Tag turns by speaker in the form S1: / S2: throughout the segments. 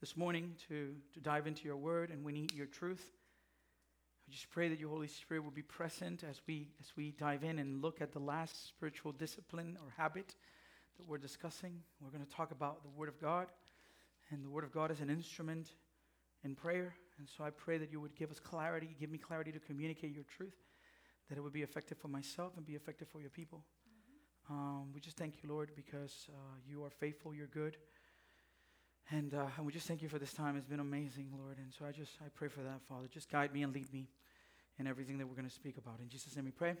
S1: this morning to, to dive into your word and we need your truth. We just pray that your Holy Spirit will be present as we, as we dive in and look at the last spiritual discipline or habit that we're discussing. We're going to talk about the Word of God, and the Word of God is an instrument in prayer. And so I pray that you would give us clarity, give me clarity to communicate your truth, that it would be effective for myself and be effective for your people. Um, we just thank you, Lord, because uh, you are faithful, you're good. And, uh, and we just thank you for this time. It's been amazing, Lord. And so I just I pray for that, Father. Just guide me and lead me in everything that we're going to speak about. In Jesus' name we pray.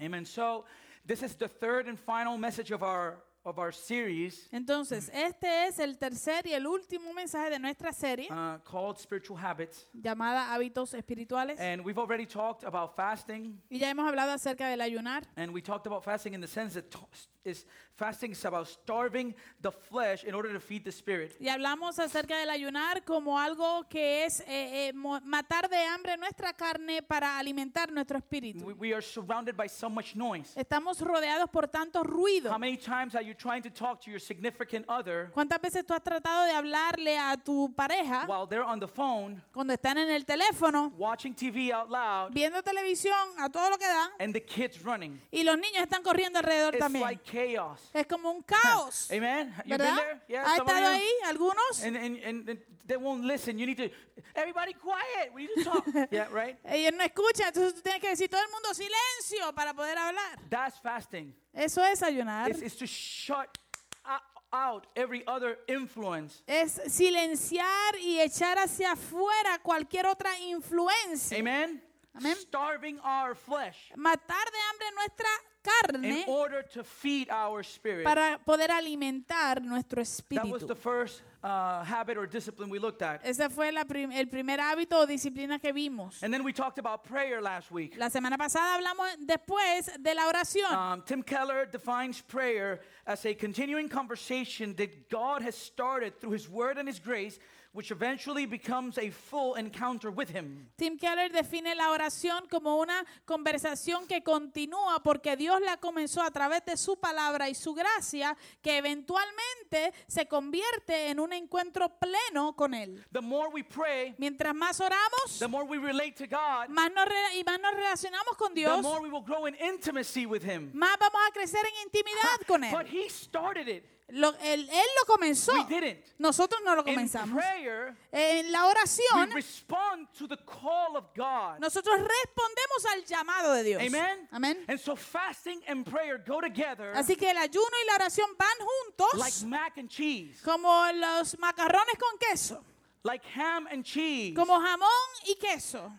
S1: Amen. So this is the third and final message of our of our series
S2: Entonces, este es el tercer y el último mensaje de nuestra serie
S1: uh, called Spiritual Habits.
S2: llamada Hábitos Espirituales.
S1: And we've already talked about fasting,
S2: Y ya hemos hablado acerca del ayunar.
S1: and we talked about fasting in the sense that to- is fasting is about starving the flesh in order to feed the spirit.
S2: Y hablamos acerca del ayunar como algo que es eh, eh, mo- matar de hambre nuestra carne para alimentar
S1: We,
S2: nuestro espíritu.
S1: we are surrounded by so much noise.
S2: Estamos rodeados por tanto ruido.
S1: How many times are you trying to talk to your significant other
S2: ¿Cuántas veces tú has tratado de hablarle a tu pareja
S1: while they're on the phone,
S2: cuando están en el teléfono,
S1: watching TV out loud,
S2: viendo televisión a todo lo que da
S1: and the kids running?
S2: y los niños están corriendo alrededor
S1: It's
S2: también?
S1: like chaos.
S2: es como un caos.
S1: Amen. You been
S2: ¿Verdad?
S1: there?
S2: ¿Ha
S1: some of
S2: estado
S1: you?
S2: ahí algunos?
S1: And, and, and, and they won't listen. You need to, everybody quiet. We need to talk. yeah, right?
S2: Ellos no escuchan, entonces tú tienes que decir todo el mundo silencio para poder hablar.
S1: That's fasting.
S2: Eso es ayunar.
S1: It's, it's to shut o- out every other influence.
S2: Es silenciar y echar hacia afuera cualquier otra influencia.
S1: Amen?
S2: Amen.
S1: Starving our flesh
S2: Matar de hambre nuestra
S1: in
S2: carne
S1: order to feed our spirit.
S2: para poder alimentar nuestro
S1: That was the
S2: espíritu.
S1: first uh, habit or discipline we looked at.
S2: Ese fue la prim- el primer hábito o disciplina que vimos.
S1: And then we talked about prayer last week.
S2: La semana pasada hablamos después de la oración.
S1: Um, Tim Keller defines prayer as a continuing conversation that God has started through His Word and His grace, which eventually becomes a full encounter with Him.
S2: Tim Keller define la oración como una conversación que continúa porque Dios la comenzó a través de su palabra y su gracia que eventualmente se convierte en un encuentro pleno con Él.
S1: The more we pray,
S2: Mientras más oramos
S1: the more we relate to God,
S2: más nos rela- y más nos relacionamos con
S1: the
S2: Dios,
S1: more we will grow in intimacy with Him.
S2: más vamos a crecer en intimidad con
S1: But
S2: Él.
S1: He started it.
S2: Lo- él, él lo comenzó,
S1: We didn't.
S2: nosotros no lo
S1: In
S2: comenzamos.
S1: prayer,
S2: En la
S1: we
S2: oración
S1: respond to the call of God.
S2: nosotros respondemos al llamado de Dios.
S1: Amen?
S2: Amén.
S1: And so fasting and prayer go together
S2: Así que el ayuno y la oración van
S1: like
S2: juntos
S1: mac and cheese,
S2: como los macarrones con queso,
S1: like ham and cheese,
S2: como jamón y queso,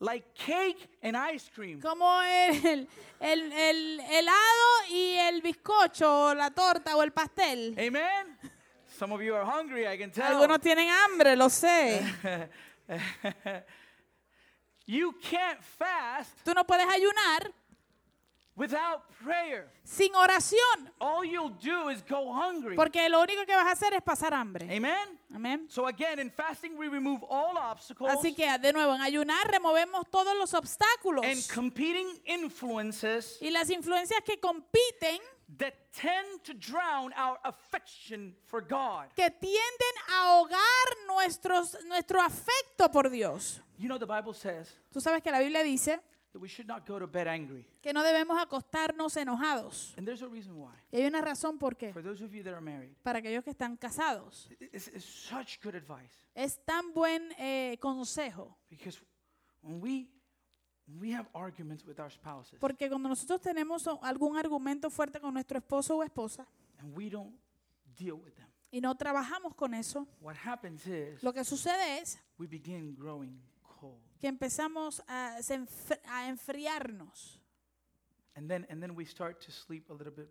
S1: like cake and ice cream.
S2: como el, el- el helado y el bizcocho, o la torta o el pastel.
S1: Amen? Some of you are hungry, I can tell.
S2: Algunos tienen hambre, lo sé.
S1: You can't fast
S2: Tú no puedes ayunar
S1: without prayer.
S2: sin oración,
S1: All you'll do is go hungry.
S2: porque lo único que vas a hacer es pasar hambre.
S1: Amen?
S2: Amén.
S1: So again, in fasting, we remove all obstacles
S2: Así que de nuevo, en ayunar removemos todos los obstáculos
S1: and competing influences
S2: y las influencias que compiten
S1: that tend to drown our affection for God.
S2: que tienden a ahogar nuestros, nuestro afecto por Dios.
S1: You know, the Bible says
S2: Tú sabes que la Biblia dice
S1: that we should not go to bed angry.
S2: que no debemos acostarnos enojados.
S1: And there's a reason why.
S2: Y hay una razón por qué.
S1: For those of you that are married,
S2: Para aquellos que están casados.
S1: it's, it's such good advice
S2: Es tan buen eh, consejo.
S1: because when we when we have arguments with our spouses
S2: Porque cuando nosotros tenemos o- algún argumento fuerte con nuestro esposo o esposa
S1: and we don't deal with them,
S2: y no trabajamos con eso,
S1: what happens is
S2: lo que sucede es
S1: we begin growing cold,
S2: que empezamos a, se enfri- a enfriarnos.
S1: and then and then we start to sleep a little bit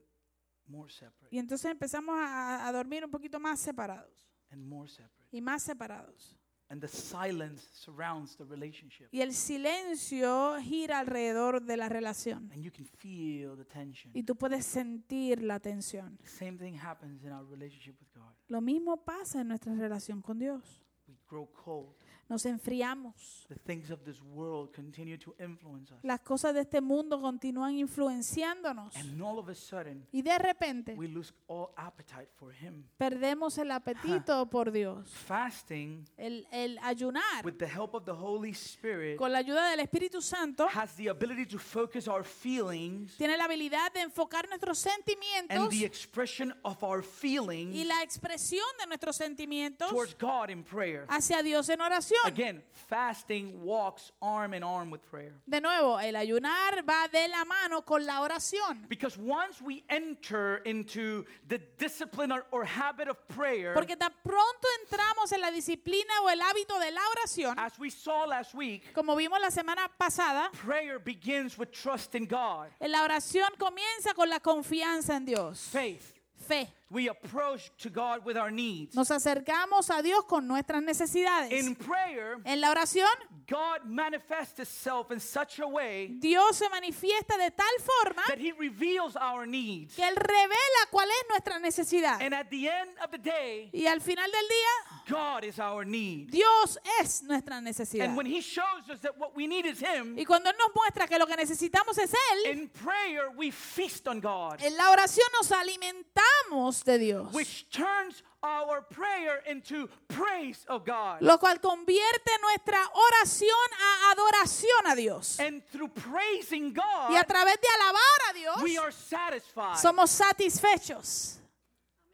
S1: more separate
S2: Y entonces empezamos a- a dormir un poquito más separados
S1: and more separate,
S2: y más separados.
S1: and the silence surrounds the relationship,
S2: Y el silencio gira alrededor de la relación.
S1: and you can feel the tension.
S2: Y tú puedes sentir la tensión.
S1: The same thing happens in our relationship with God.
S2: Lo mismo pasa en nuestra relación con Dios.
S1: We grow cold.
S2: Nos enfriamos.
S1: The things of this world continue to influence us.
S2: Las cosas de este mundo continúan influenciándonos.
S1: And all of a sudden,
S2: Y de repente
S1: we lose all appetite for Him.
S2: perdemos el apetito por Dios.
S1: Fasting,
S2: El, el ayunar
S1: with the help of the Holy Spirit,
S2: con la ayuda del Espíritu Santo
S1: has the ability to focus our feelings
S2: tiene la habilidad de enfocar nuestros
S1: and
S2: sentimientos
S1: the expression of our
S2: y
S1: feelings
S2: la expresión de nuestros sentimientos
S1: towards God in prayer.
S2: hacia Dios en oración.
S1: Again, fasting walks arm in arm with prayer.
S2: De nuevo, el ayunar va de la mano con la oración.
S1: Because once we enter into the discipline or, or habit of prayer,
S2: Porque tan pronto entramos en la disciplina o el hábito de la oración,
S1: as we saw last week,
S2: como vimos la semana pasada,
S1: prayer begins with trust in God,
S2: la oración comienza con la confianza en Dios.
S1: faith.
S2: Fe.
S1: We approach to God with our needs.
S2: Nos acercamos a Dios con nuestras necesidades.
S1: In prayer,
S2: En la oración,
S1: God manifests Himself in such a way
S2: Dios se manifiesta de tal forma
S1: that He reveals our needs.
S2: que Él revela cuál es nuestra necesidad.
S1: And at the end of the day,
S2: Y al final del día,
S1: God is our need.
S2: Dios es nuestra necesidad.
S1: And when He shows us that what we need is Him,
S2: Y cuando Él nos muestra que lo que necesitamos es Él,
S1: in prayer we feast on God,
S2: en la oración nos alimentamos de Dios,
S1: which turns our prayer into praise of God.
S2: lo cual convierte nuestra oración a adoración a Dios.
S1: And through praising
S2: Y a
S1: God,
S2: través de alabar a Dios,
S1: we are satisfied,
S2: somos satisfechos,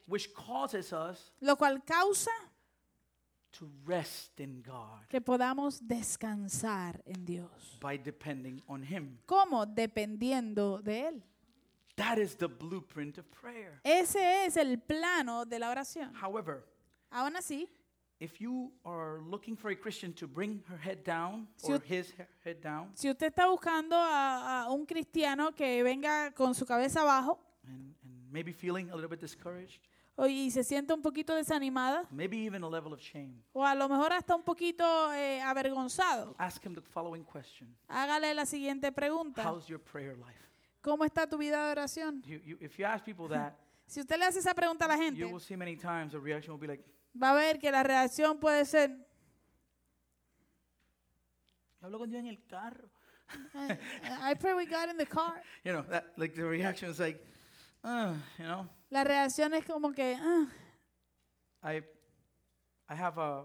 S1: which causes us
S2: lo cual causa
S1: to rest in God
S2: que podamos descansar en Dios.
S1: by depending on Him.
S2: ¿Cómo? Dependiendo de Él.
S1: That is the blueprint of prayer.
S2: Ese es el plano de la oración.
S1: However,
S2: Aún así,
S1: if you are looking for a Christian to bring her head down
S2: Si
S1: or
S2: ut-
S1: his he- head down
S2: si usted está buscando a, a un cristiano que venga con su cabeza abajo
S1: and, and maybe feeling a little bit discouraged,
S2: o- y se siente un poquito desanimada
S1: maybe even a level of shame,
S2: o a lo mejor hasta un poquito eh, avergonzado,
S1: ask him the following question
S2: hágale la siguiente pregunta.
S1: How's your prayer life?
S2: ¿Cómo está tu vida de oración?
S1: You, you, if you ask people that,
S2: Si usted le hace esa pregunta a la
S1: you
S2: gente,
S1: will see many times the reaction will be like,
S2: va a ver que la reacción puede ser,
S1: "Yo hablo con Dios en el carro.
S2: "I- I pray we got in the car.
S1: You know, that, like the reaction is like, uh, you know,
S2: La reacción es como que, "Ah,
S1: I, I have a,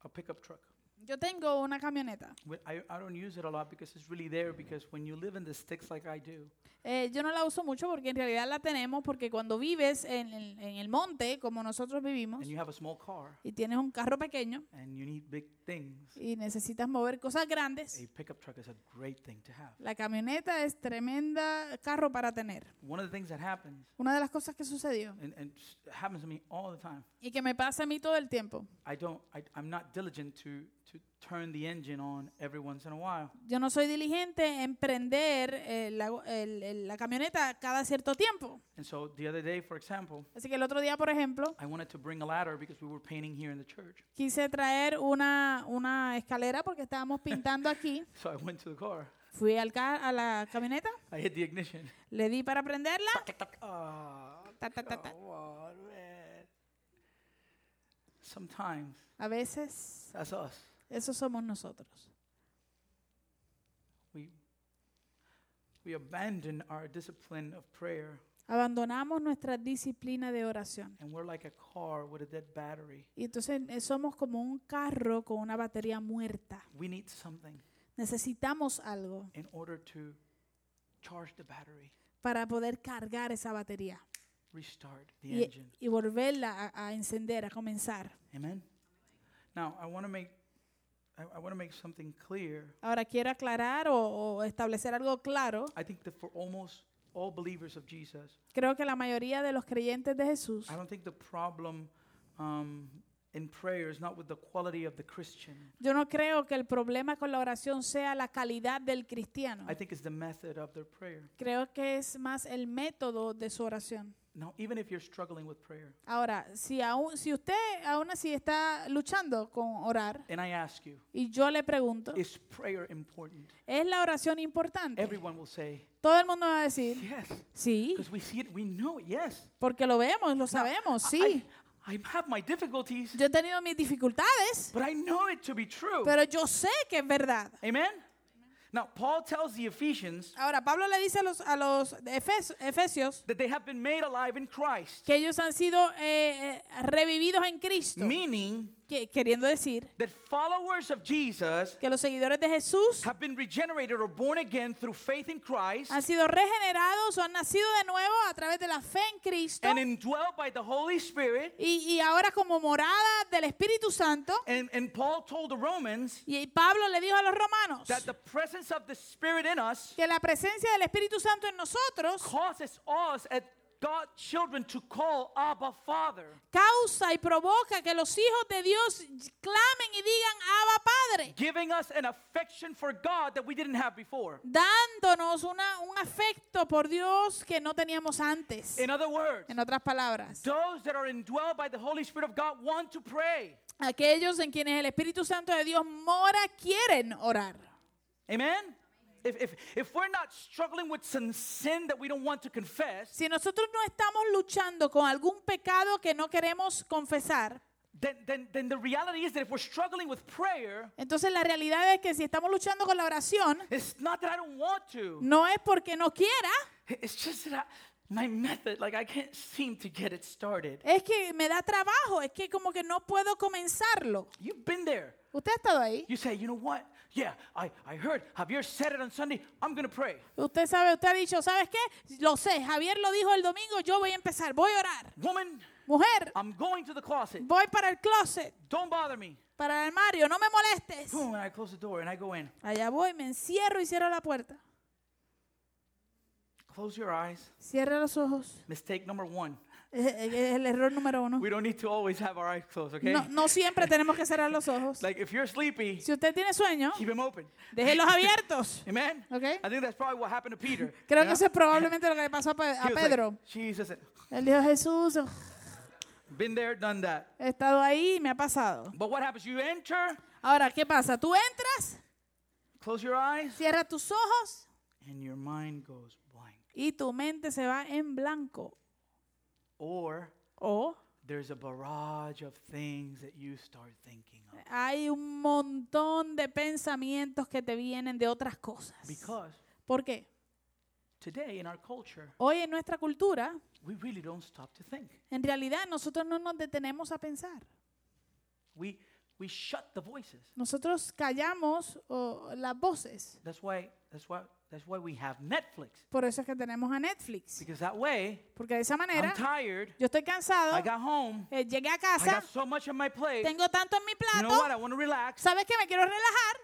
S1: a pickup truck.
S2: yo tengo una camioneta.
S1: Wh- I, I don't use it a lot because it's really there because when you live in the sticks like I do,
S2: Eh, yo no la uso mucho porque en realidad la tenemos porque cuando vives en, el- en el monte, como nosotros vivimos,
S1: and you have a small car
S2: y tienes un carro pequeño
S1: and you need big things,
S2: y necesitas mover cosas grandes,
S1: a pickup truck is a great thing to have.
S2: la camioneta es tremenda carro para tener.
S1: One of the things that happens,
S2: Una de las cosas que sucedió
S1: and, and s- it happens to me all the time,
S2: y que me pasa a mí todo el tiempo,
S1: I don't, I, I'm not diligent to, to turn the engine on every once in a while.
S2: yo no soy diligente en prender eh, la, el- el- la camioneta cada cierto tiempo.
S1: And so the other day, for example,
S2: Así que el otro día, por ejemplo,
S1: I wanted to bring a ladder because we were painting here in the church.
S2: quise traer una, una escalera porque estábamos pintando aquí.
S1: So I went to the car.
S2: Fui al ca- a la camioneta,
S1: I hit the ignition.
S2: le di para prenderla.
S1: Ah,
S2: Ta, ta, ta, ta.
S1: come on, man. Sometimes
S2: A veces,
S1: that's us.
S2: eso somos nosotros.
S1: We we abandon our discipline of prayer
S2: Abandonamos nuestra disciplina de oración.
S1: and we're like a car with a dead battery.
S2: Y entonces eh, somos como un carro con una batería muerta.
S1: We need something
S2: Necesitamos algo
S1: in order to charge the battery,
S2: para poder cargar esa batería
S1: restart the
S2: y,
S1: engine.
S2: y volverla a, a encender, a comenzar.
S1: Amen. Now I want to make I, I want to make something clear.
S2: Ahora quiero aclarar o, o establecer algo claro.
S1: I think that for almost all believers of Jesus,
S2: Creo que la mayoría de los creyentes de Jesús,
S1: I don't think the problem um, in prayer is not with the quality of the Christian.
S2: yo no creo que el problema con la oración sea la calidad del cristiano.
S1: I think it's the method of their prayer.
S2: Creo que es más el método de su oración.
S1: Now, even if you're struggling with prayer,
S2: Ahora, si, aún, si usted aún así está luchando con orar,
S1: and I ask you,
S2: y yo le pregunto,
S1: is prayer important?
S2: ¿es la oración importante?
S1: Everyone will say,
S2: Todo el mundo va a decir,
S1: yes.
S2: sí,
S1: Because we see it, we know it, yes.
S2: porque lo vemos, lo sabemos,
S1: I-
S2: sí.
S1: I, I have my difficulties,
S2: Yo he tenido mis dificultades,
S1: but I know it to be true.
S2: pero yo sé que es verdad.
S1: Amen? Now, Paul tells the Ephesians
S2: Ahora, Pablo le dice a los, a los Efes- Efesios
S1: that they have been made alive in Christ,
S2: que ellos han sido eh, eh, revividos en Cristo,
S1: meaning
S2: que- queriendo decir
S1: that followers of Jesus
S2: que los seguidores de Jesús
S1: have been regenerated or born again through faith in Christ
S2: han sido regenerados o han nacido de nuevo a través de la fe en Cristo
S1: and indwelt by the Holy Spirit.
S2: y, y ahora como morada del Espíritu Santo.
S1: And, and Paul told the Romans
S2: Y Pablo le dijo a los romanos
S1: that the presence of the Spirit in us
S2: que la presencia del Espíritu Santo en nosotros
S1: causes us as God children to call Abba Father.
S2: causa y provoca que los hijos de Dios clamen y digan Abba Padre,
S1: giving us an affection for God that we didn't have before.
S2: dándonos una, un afecto por Dios que no teníamos antes.
S1: In other words,
S2: En otras palabras,
S1: those that are indwelled by the Holy Spirit of God want to pray.
S2: aquellos en quienes el Espíritu Santo de Dios mora quieren orar.
S1: Amen? If, if, if we're not struggling with some sin that we don't want to confess,
S2: Si nosotros no estamos luchando con algún pecado que no queremos confesar,
S1: then, then, then the reality is that if we're struggling with prayer,
S2: entonces la realidad es que si estamos luchando con la oración,
S1: it's not that I don't want to.
S2: no es porque no quiera,
S1: It's just that I, my method, like I can't seem to get it started.
S2: es que me da trabajo, es que como que no puedo comenzarlo.
S1: You've been there.
S2: ¿Usted ha estado ahí?
S1: You say, you know what? Yeah, I, I heard Javier said it on Sunday. I'm going to pray.
S2: Usted sabe, usted ha dicho, ¿sabes qué? Lo sé, Javier lo dijo el domingo, yo voy a empezar, voy a orar.
S1: Woman,
S2: Mujer,
S1: I'm going to the closet.
S2: voy para el closet,
S1: Don't bother me.
S2: para el armario, no me molestes.
S1: Boom, and I close the door and I go in.
S2: Allá voy, me encierro y cierro la puerta.
S1: Close your eyes.
S2: Cierra los ojos.
S1: Mistake number one.
S2: Es es el error número uno.
S1: We don't need to always have our eyes closed, okay?
S2: No, no siempre tenemos que cerrar los ojos.
S1: Like if you're sleepy,
S2: Si usted tiene sueño,
S1: keep them open.
S2: déjelos abiertos.
S1: Amen?
S2: Okay.
S1: I think that's probably what happened to Peter.
S2: Creo
S1: you
S2: que
S1: know?
S2: eso es probablemente lo que le pasó a, Pe- a
S1: He was like,
S2: Pedro.
S1: Jesus,
S2: Él dijo, Jesús, oh,
S1: been there, done that.
S2: he estado ahí y me ha pasado.
S1: But what happens? You enter,
S2: Ahora, ¿qué pasa? Tú entras,
S1: close your eyes,
S2: cierras tus ojos
S1: and your mind goes blank.
S2: y tu mente se va en blanco.
S1: Or
S2: O
S1: there's a barrage of things that you start thinking of.
S2: hay un montón de pensamientos que te vienen de otras cosas.
S1: Because
S2: ¿Por qué?
S1: today in our culture,
S2: Hoy en nuestra cultura,
S1: we really don't stop to think.
S2: en realidad nosotros no nos detenemos a pensar.
S1: We, we shut the voices.
S2: Nosotros callamos oh, las voces.
S1: That's why that's why that's why we have Netflix.
S2: Por eso es que tenemos a Netflix.
S1: Because that way
S2: Porque de esa
S1: I'm
S2: manera
S1: tired.
S2: yo estoy
S1: I
S2: cansado,
S1: got home.
S2: eh, llegué a
S1: I
S2: casa,
S1: got so much on my plate.
S2: tengo tanto en mi
S1: You know what?
S2: plato,
S1: I want to relax.
S2: sabes que me quiero relajar,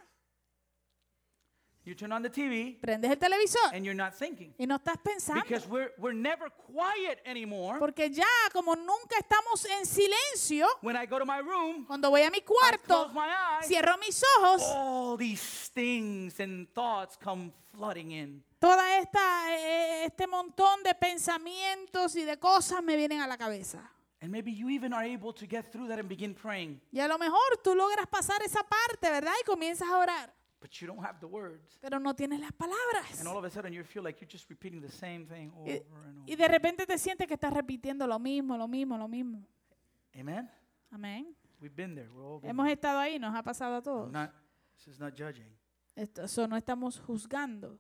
S1: You turn on the TV
S2: prendes el televisor
S1: and you're not thinking.
S2: y no estás pensando.
S1: Because we're we're never quiet anymore.
S2: Porque ya como nunca estamos en silencio,
S1: When I go to my room,
S2: cuando voy a mi
S1: I close
S2: cuarto,
S1: my eyes. Oh.
S2: cierro mis ojos,
S1: All these things and thoughts come flooding in.
S2: toda esta eh, eh, este montón de pensamientos y de cosas me vienen a la cabeza.
S1: And maybe you even are able to get through that and begin praying,
S2: Y a lo mejor tú logras pasar esa parte, ¿verdad? Y comienzas a orar,
S1: but you don't have the words.
S2: pero no tienes las palabras.
S1: And all of a sudden you feel like you're just repeating the same thing over
S2: Y,
S1: and
S2: y
S1: over.
S2: de repente te sientes que estás repitiendo lo mismo, lo mismo, lo mismo.
S1: Amen.
S2: Amén.
S1: We've been there. We're all been
S2: Hemos estado ahí, nos ha pasado a
S1: I'm
S2: todos.
S1: not, this is not judging.
S2: Esto, eso no estamos juzgando.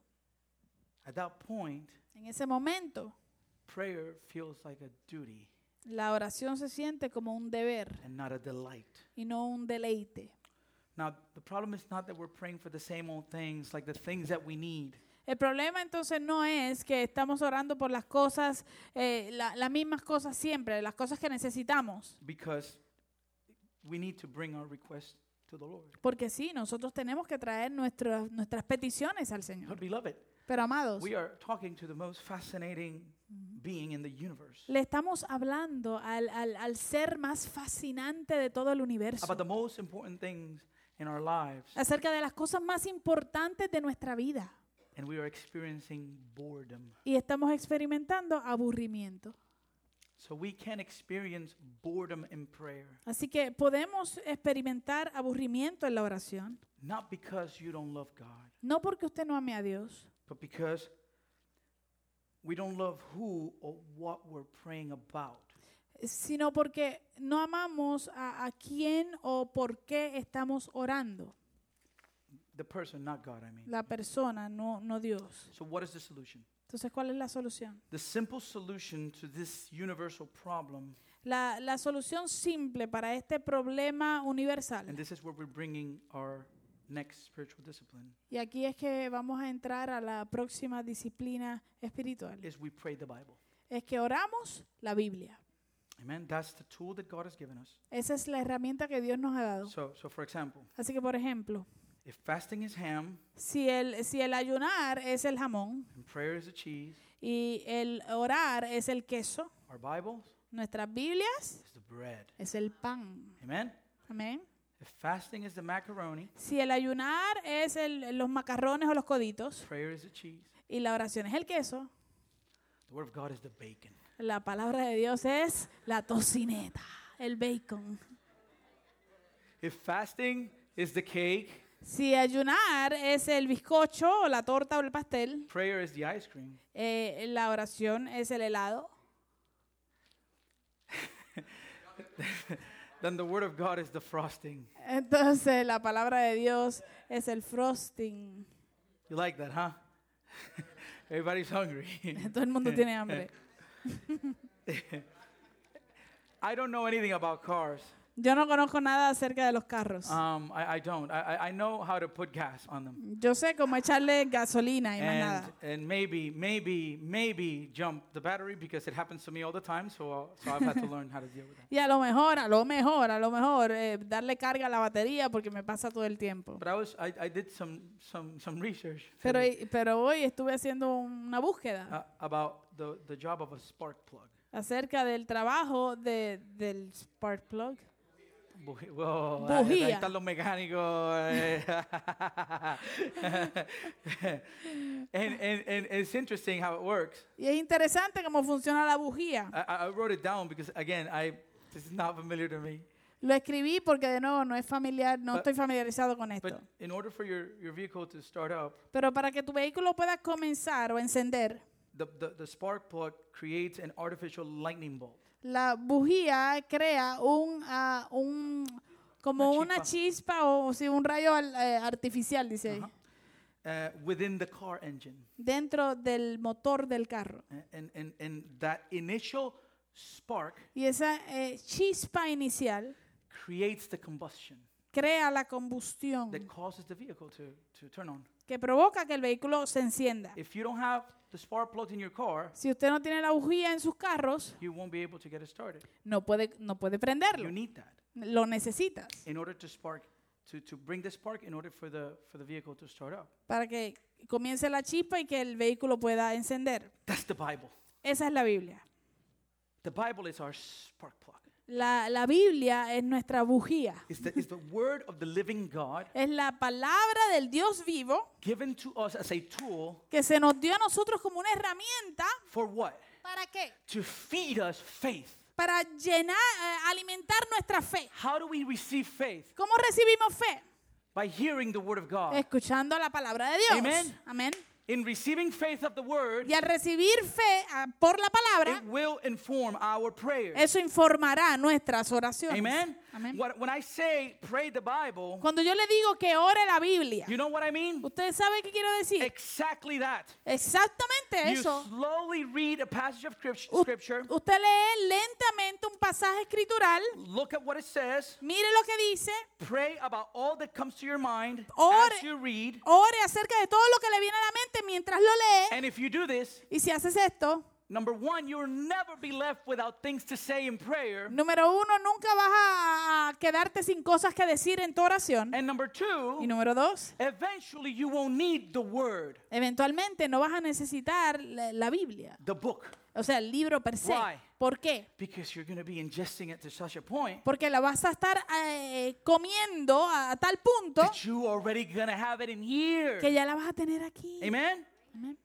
S1: At that point,
S2: En ese momento,
S1: prayer feels like a duty
S2: la oración se siente como un deber
S1: and not a delight.
S2: y no un deleite.
S1: Now, the problem is not that we're praying for the same old things, like the things that we need.
S2: El problema entonces no es que estamos orando por las cosas, eh, la- las mismas cosas siempre, las cosas que necesitamos.
S1: Because we need to bring our request to the Lord.
S2: Porque sí, nosotros tenemos que traer nuestras nuestras peticiones al Señor.
S1: But beloved,
S2: Pero amados,
S1: we are talking to the most fascinating being in the universe.
S2: le estamos hablando al, al, al ser más fascinante de todo el universo.
S1: About the most important things in our lives.
S2: acerca de las cosas más importantes de nuestra vida
S1: And we are experiencing boredom.
S2: y estamos experimentando aburrimiento.
S1: So we can experience boredom in prayer.
S2: Así que podemos experimentar aburrimiento en la oración,
S1: Not because you don't love God.
S2: no porque usted no ame a Dios,
S1: but because we don't love who or what we're praying about.
S2: sino porque no amamos a, a quién o por qué estamos orando.
S1: The person, not God, I mean.
S2: La persona, no, no Dios.
S1: So, what is the solution?
S2: Entonces, ¿cuál es la solución?
S1: The simple solution to this universal problem,
S2: La, la solución simple para este problema
S1: and
S2: universal.
S1: this is where we're bringing our next spiritual discipline,
S2: Y aquí es que vamos a entrar a la próxima disciplina espiritual.
S1: is we pray the Bible.
S2: Es que oramos la Biblia.
S1: Amen. That's the tool that God has given us.
S2: Esa es la herramienta que Dios nos ha dado.
S1: So, so for example,
S2: Así que, por ejemplo,
S1: if fasting is ham
S2: si el, si el ayunar es el jamón
S1: and prayer is the cheese,
S2: y el orar es el queso,
S1: our Bible
S2: nuestras Biblias
S1: is the bread.
S2: es el pan.
S1: Amen.
S2: Amén.
S1: If fasting is the macaroni,
S2: Si el ayunar es el- los macarrones o los coditos
S1: prayer is the cheese,
S2: y la oración es el queso,
S1: the Word of God is the bacon.
S2: la palabra de Dios es la tocineta, el bacon.
S1: If fasting is the cake,
S2: Si ayunar es el bizcocho o la torta o el pastel,
S1: prayer is the ice cream.
S2: eh, la oración es el helado,
S1: Then the Word of God is the frosting.
S2: entonces la palabra de Dios es el frosting.
S1: You like that, huh? Everybody's hungry.
S2: Todo el mundo tiene hambre.
S1: I don't know anything about cars.
S2: Yo no conozco nada acerca de los carros.
S1: Um, I, I don't. I, I- I know how to put gas on them.
S2: Yo sé cómo echarle gasolina y más
S1: And,
S2: nada.
S1: and maybe, maybe, maybe jump the battery because it happens to me all the time. So, I'll- so I've had to learn how to deal with that.
S2: Y a lo mejor, a lo mejor, a lo mejor eh, darle carga a la batería porque me pasa todo el tiempo.
S1: But I was, I, I did some, some, some research
S2: Pero, pero hoy estuve haciendo una búsqueda
S1: uh, about the, the job of a spark plug.
S2: acerca del trabajo de, del spark plug.
S1: Buji- Wow, ah, ahí
S2: Bujía.
S1: están los mecánicos. eh. and, and, and it's interesting how it works.
S2: Y es interesante cómo funciona la bujía.
S1: I, I I wrote it down because again, I this is not familiar to me.
S2: Lo escribí porque de nuevo no es familiar, no
S1: But-
S2: estoy familiarizado con
S1: But
S2: esto.
S1: in order for your, your vehicle to start up,
S2: Pero para que tu vehículo pueda comenzar o encender,
S1: the, the, the spark plug creates an artificial lightning bolt.
S2: la bujía crea un, ah, un como
S1: Una
S2: una chispa, o sí, un rayo al- eh, artificial, dice ahí,
S1: Ajá. uh-huh, Uh, within the car engine,
S2: dentro del motor del carro.
S1: A- and, and, and that initial spark
S2: Y esa eh, chispa inicial
S1: creates the combustion
S2: crea la combustión
S1: that causes the vehicle to, to turn on.
S2: que provoca que el vehículo se encienda.
S1: If you don't have the spark plugged in your car,
S2: Si usted no tiene la bujía en sus carros,
S1: you won't be able to get it started.
S2: no puede, no puede
S1: You
S2: prenderlo.
S1: need that
S2: Lo necesitas
S1: in order to spark, to, to bring the spark in order for the, for the vehicle to start up.
S2: para que comience la chispa y que el vehículo pueda encender.
S1: That's the Bible.
S2: Esa es la Biblia.
S1: The Bible is our spark plug.
S2: La, la Biblia es nuestra bujía.
S1: It's the, it's the word of the living God
S2: Es la palabra del Dios vivo
S1: given to us as a tool
S2: que se nos dio a nosotros como una herramienta.
S1: for what?
S2: ¿Para qué?
S1: To feed us faith.
S2: Para llenar, eh, alimentar nuestra fe.
S1: How do we receive faith?
S2: ¿Cómo recibimos fe?
S1: By hearing the word of
S2: Eh.
S1: God.
S2: Escuchando la palabra de Dios.
S1: Ah. Amen.
S2: Amén.
S1: In receiving faith of the word,
S2: Y al recibir fe ah, por la palabra,
S1: it will inform our prayers.
S2: eso informará nuestras oraciones.
S1: Amen?
S2: Amén.
S1: What- When I say pray the Bible,
S2: Cuando yo le digo que ore la Biblia,
S1: you know what I mean?
S2: ¿ustedes saben qué quiero decir?
S1: Exactly that.
S2: Exactamente
S1: You
S2: eso.
S1: slowly read a passage of script-
S2: U-
S1: scripture,
S2: Usted lee lentamente un pasaje escritural,
S1: look at what it says,
S2: mire lo que dice,
S1: pray about all that comes to your mind
S2: Ore.
S1: as you read.
S2: ore acerca de todo lo que le viene a la mente mientras lo lee.
S1: And if you do this,
S2: Y si haces esto,
S1: number one, you'll never be left without things to say in prayer.
S2: número uno, nunca vas a, a quedarte sin cosas que decir en tu oración.
S1: And number
S2: Y
S1: two,
S2: número dos,
S1: eventually you won't need the word,
S2: eventualmente no vas a necesitar la, la Biblia,
S1: the book,
S2: o sea, el libro per se.
S1: Why?
S2: ¿Por qué?
S1: because you're going to be ingesting it to such a point
S2: Porque la vas a estar eh, comiendo a, a tal punto
S1: that you already going to have it in here.
S2: que ya la vas a tener aquí.
S1: Amen?
S2: Amén.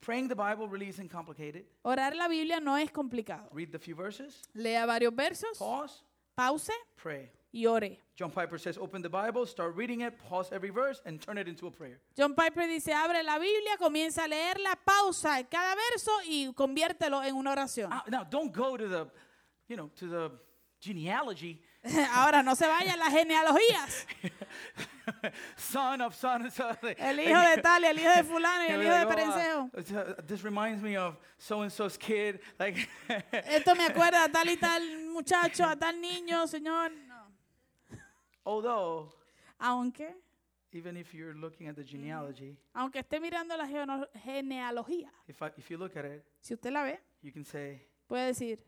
S1: Praying the Bible really isn't complicated.
S2: Orar la Biblia no es complicado.
S1: Read the few verses,
S2: Lea varios versos,
S1: pause,
S2: pause
S1: pray.
S2: y ore.
S1: John Piper says, open the Bible, start reading it, pause every verse, and turn it into a prayer.
S2: John Piper dice, abre la Biblia, comienza a
S1: Ah.
S2: leerla, pausa cada verso y conviértelo en una oración.
S1: Uh, Now, don't go to the, you know, to the genealogy,
S2: Ahora no se vayan las genealogías.
S1: son of son of son.
S2: El hijo de tal, y el hijo de fulano y
S1: And
S2: el
S1: we're
S2: hijo de
S1: like,
S2: perencejo.
S1: "Oh, uh, it's, uh, this reminds me of so and so's kid. Like,
S2: Esto me acuerda a tal y tal muchacho, a tal niño, señor. No.
S1: although
S2: Aunque,
S1: even if you're looking at the genealogy,
S2: aunque esté mirando la geno- genealogía,
S1: if I, if you look at it,
S2: si usted la ve,
S1: you can say,
S2: puede decir,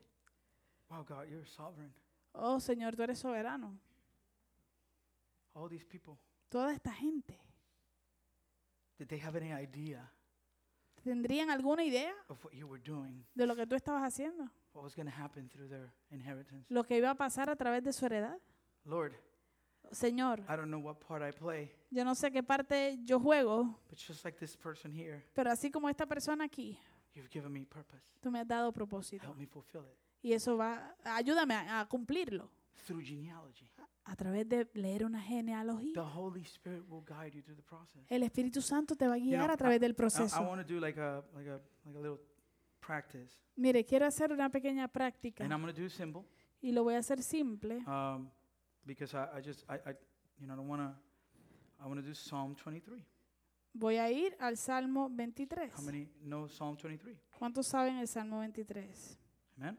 S1: "Wow, God, you're sovereign.
S2: oh Señor, tú eres soberano.
S1: All these people,
S2: Toda esta gente,
S1: did they have any idea
S2: ¿tendrían alguna idea
S1: of what you were doing?
S2: de lo que tú estabas haciendo?
S1: What was going to happen through their inheritance?"
S2: Lo que iba a pasar a través de su heredad.
S1: Lord,
S2: Señor,
S1: I don't know what part I play,
S2: yo no sé qué parte yo juego,
S1: but just like this person here,
S2: pero así como esta persona aquí,
S1: you've given me purpose.
S2: tú me has dado propósito.
S1: Help me fulfill it
S2: Y eso va, ayúdame a, a cumplirlo
S1: through genealogy.
S2: a través de leer una
S1: The
S2: genealogía.
S1: Holy Spirit will guide you through the process.
S2: El Espíritu Santo te va a guiar
S1: know,
S2: a través del
S1: I- I,
S2: proceso.
S1: want to do like a like a like a little practice,
S2: Mire, quiero hacer una pequeña práctica
S1: and I'm gonna do simple,
S2: y lo voy a hacer simple
S1: um, because I, I just I, I you know I don't wanna I wanna do Psalm 23.
S2: Voy a ir al Salmo 23.
S1: How many know Psalm 23?
S2: ¿Cuántos saben el Salmo 23?
S1: Amen.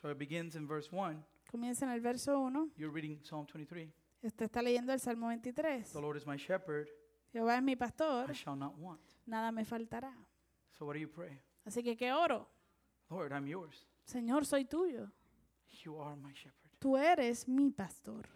S1: So it begins in verse one.
S2: Comienza en el verso 1.
S1: You're reading Psalm 23.
S2: Usted está leyendo el Salmo 23.
S1: The Lord is my shepherd;
S2: Jehová es mi
S1: I
S2: pastor,
S1: shall not want.
S2: nada me faltará.
S1: So what do you pray?
S2: Así que qué oro.
S1: Lord, I'm yours.
S2: Señor, soy tuyo.
S1: You are my shepherd.
S2: Tú eres mi pastor.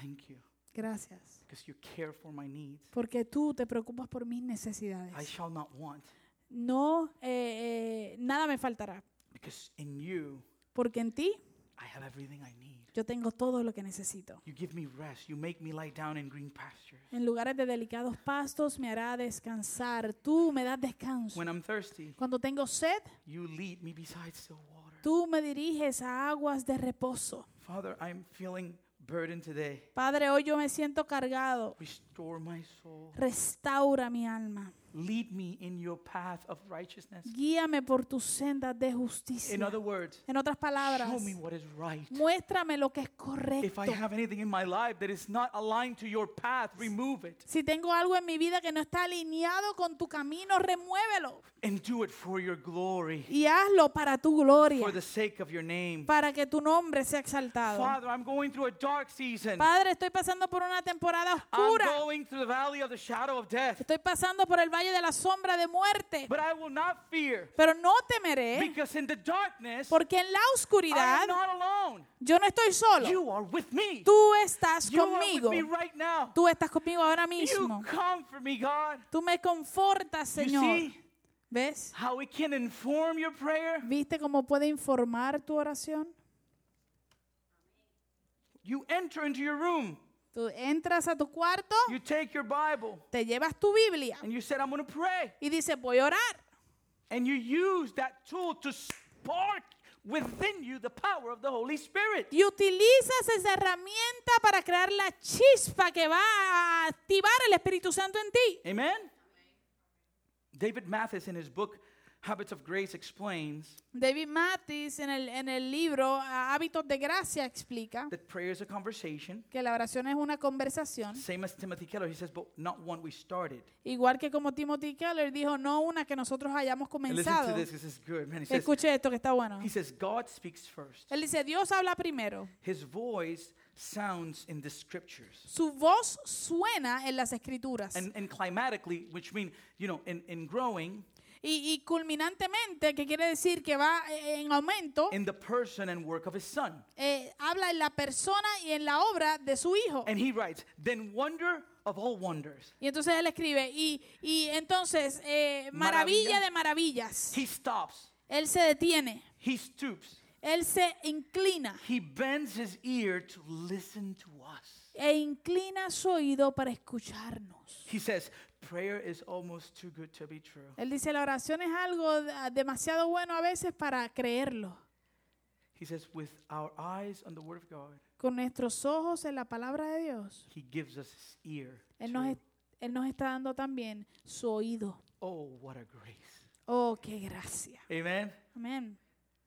S1: Thank you,
S2: Gracias.
S1: because you care for my needs.
S2: Porque tú te preocupas por mis
S1: I
S2: necesidades.
S1: shall not want,
S2: No, eh, eh, nada me faltará.
S1: because in you
S2: Porque en ti
S1: I have everything I need.
S2: yo tengo todo lo que necesito.
S1: You give me rest. You make me lie down in green pastures.
S2: En lugares de delicados pastos me hará descansar. Tú me das descanso.
S1: When I'm thirsty,
S2: Cuando tengo sed,
S1: you lead me beside still water.
S2: tú me diriges a aguas de reposo.
S1: Father, I'm feeling burdened today.
S2: Padre, hoy yo me siento cargado.
S1: Restore my soul.
S2: Restaura mi alma.
S1: Lead me in your path of righteousness.
S2: Guíame por tus sendas de
S1: In
S2: justicia.
S1: other words,
S2: En otras palabras,
S1: show me what is right.
S2: muéstrame lo que es
S1: If I
S2: correcto.
S1: have anything in my life that is not aligned to your path, remove it
S2: Si tengo algo en mi vida que no está alineado con tu camino, remuévelo
S1: and do it for your glory,
S2: y hazlo para tu gloria,
S1: for the sake of your name.
S2: para que tu nombre sea exaltado.
S1: Father, I'm going through a dark season.
S2: Padre, estoy pasando por una temporada
S1: I'm
S2: oscura.
S1: going through the valley of the shadow of death.
S2: Estoy pasando por el valle de la sombra de muerte,
S1: But I will not fear.
S2: pero no temeré,
S1: Because in the darkness,
S2: porque en la
S1: I
S2: oscuridad
S1: am not alone.
S2: yo no estoy solo.
S1: You are with me.
S2: Tú estás
S1: You are with
S2: conmigo.
S1: me right now.
S2: Tú estás conmigo ahora
S1: You
S2: mismo.
S1: comfort me, God.
S2: Tú me confortas,
S1: You
S2: Señor.
S1: see
S2: ¿Ves?
S1: how it can inform your prayer?
S2: ¿Viste cómo puede informar tu oración?
S1: You enter into your room.
S2: Tú entras a tu cuarto,
S1: You take your Bible
S2: te llevas tu Biblia
S1: and you said, I'm going to pray.
S2: y dices, voy a orar.
S1: And you use that tool to spark within you the power of the Holy Spirit.
S2: Y utilizas esa herramienta para crear la chispa que va a activar el Espíritu Santo en ti.
S1: Amen? David Mathis, in his book Habits of Grace, explains
S2: David Mattis en el, en el libro ah, Hábitos de Gracia explica
S1: that prayer is a conversation.
S2: que la oración es una conversación,
S1: Same as Timothy Keller, he says, but not one we started.
S2: igual que como Timothy Keller dijo, no una que nosotros hayamos
S1: And listen to
S2: comenzado.
S1: this. This is good, man. He says,
S2: Escuche esto que está bueno.
S1: he says, God speaks first.
S2: Él dice, Dios habla primero.
S1: His voice sounds in the scriptures.
S2: Su voz suena en las escrituras.
S1: And, and climatically, which means, you know, in, in growing,
S2: Y, y culminantemente, que quiere decir que va eh, en aumento,
S1: in the person and work of his son.
S2: eh, habla en la persona y en la obra de su hijo.
S1: And he writes, then wonder of all wonders.
S2: Y entonces él escribe, y, y entonces, eh, maravilla
S1: Maravilla.
S2: de maravillas.
S1: He stops,
S2: Él se detiene,
S1: he stoops,
S2: él se inclina
S1: he bends his ear to listen to us.
S2: e inclina su oído para escucharnos.
S1: He says, prayer is almost too good to be true.
S2: Él dice, la oración es algo de- demasiado bueno a veces para creerlo.
S1: He says, with our eyes on the word of God,
S2: Con nuestros ojos en la palabra de Dios,
S1: he gives us his ear.
S2: Él nos,
S1: to
S2: es- él nos está dando también su oído.
S1: Oh, what a grace.
S2: Oh, qué gracia.
S1: Amen.
S2: Amén.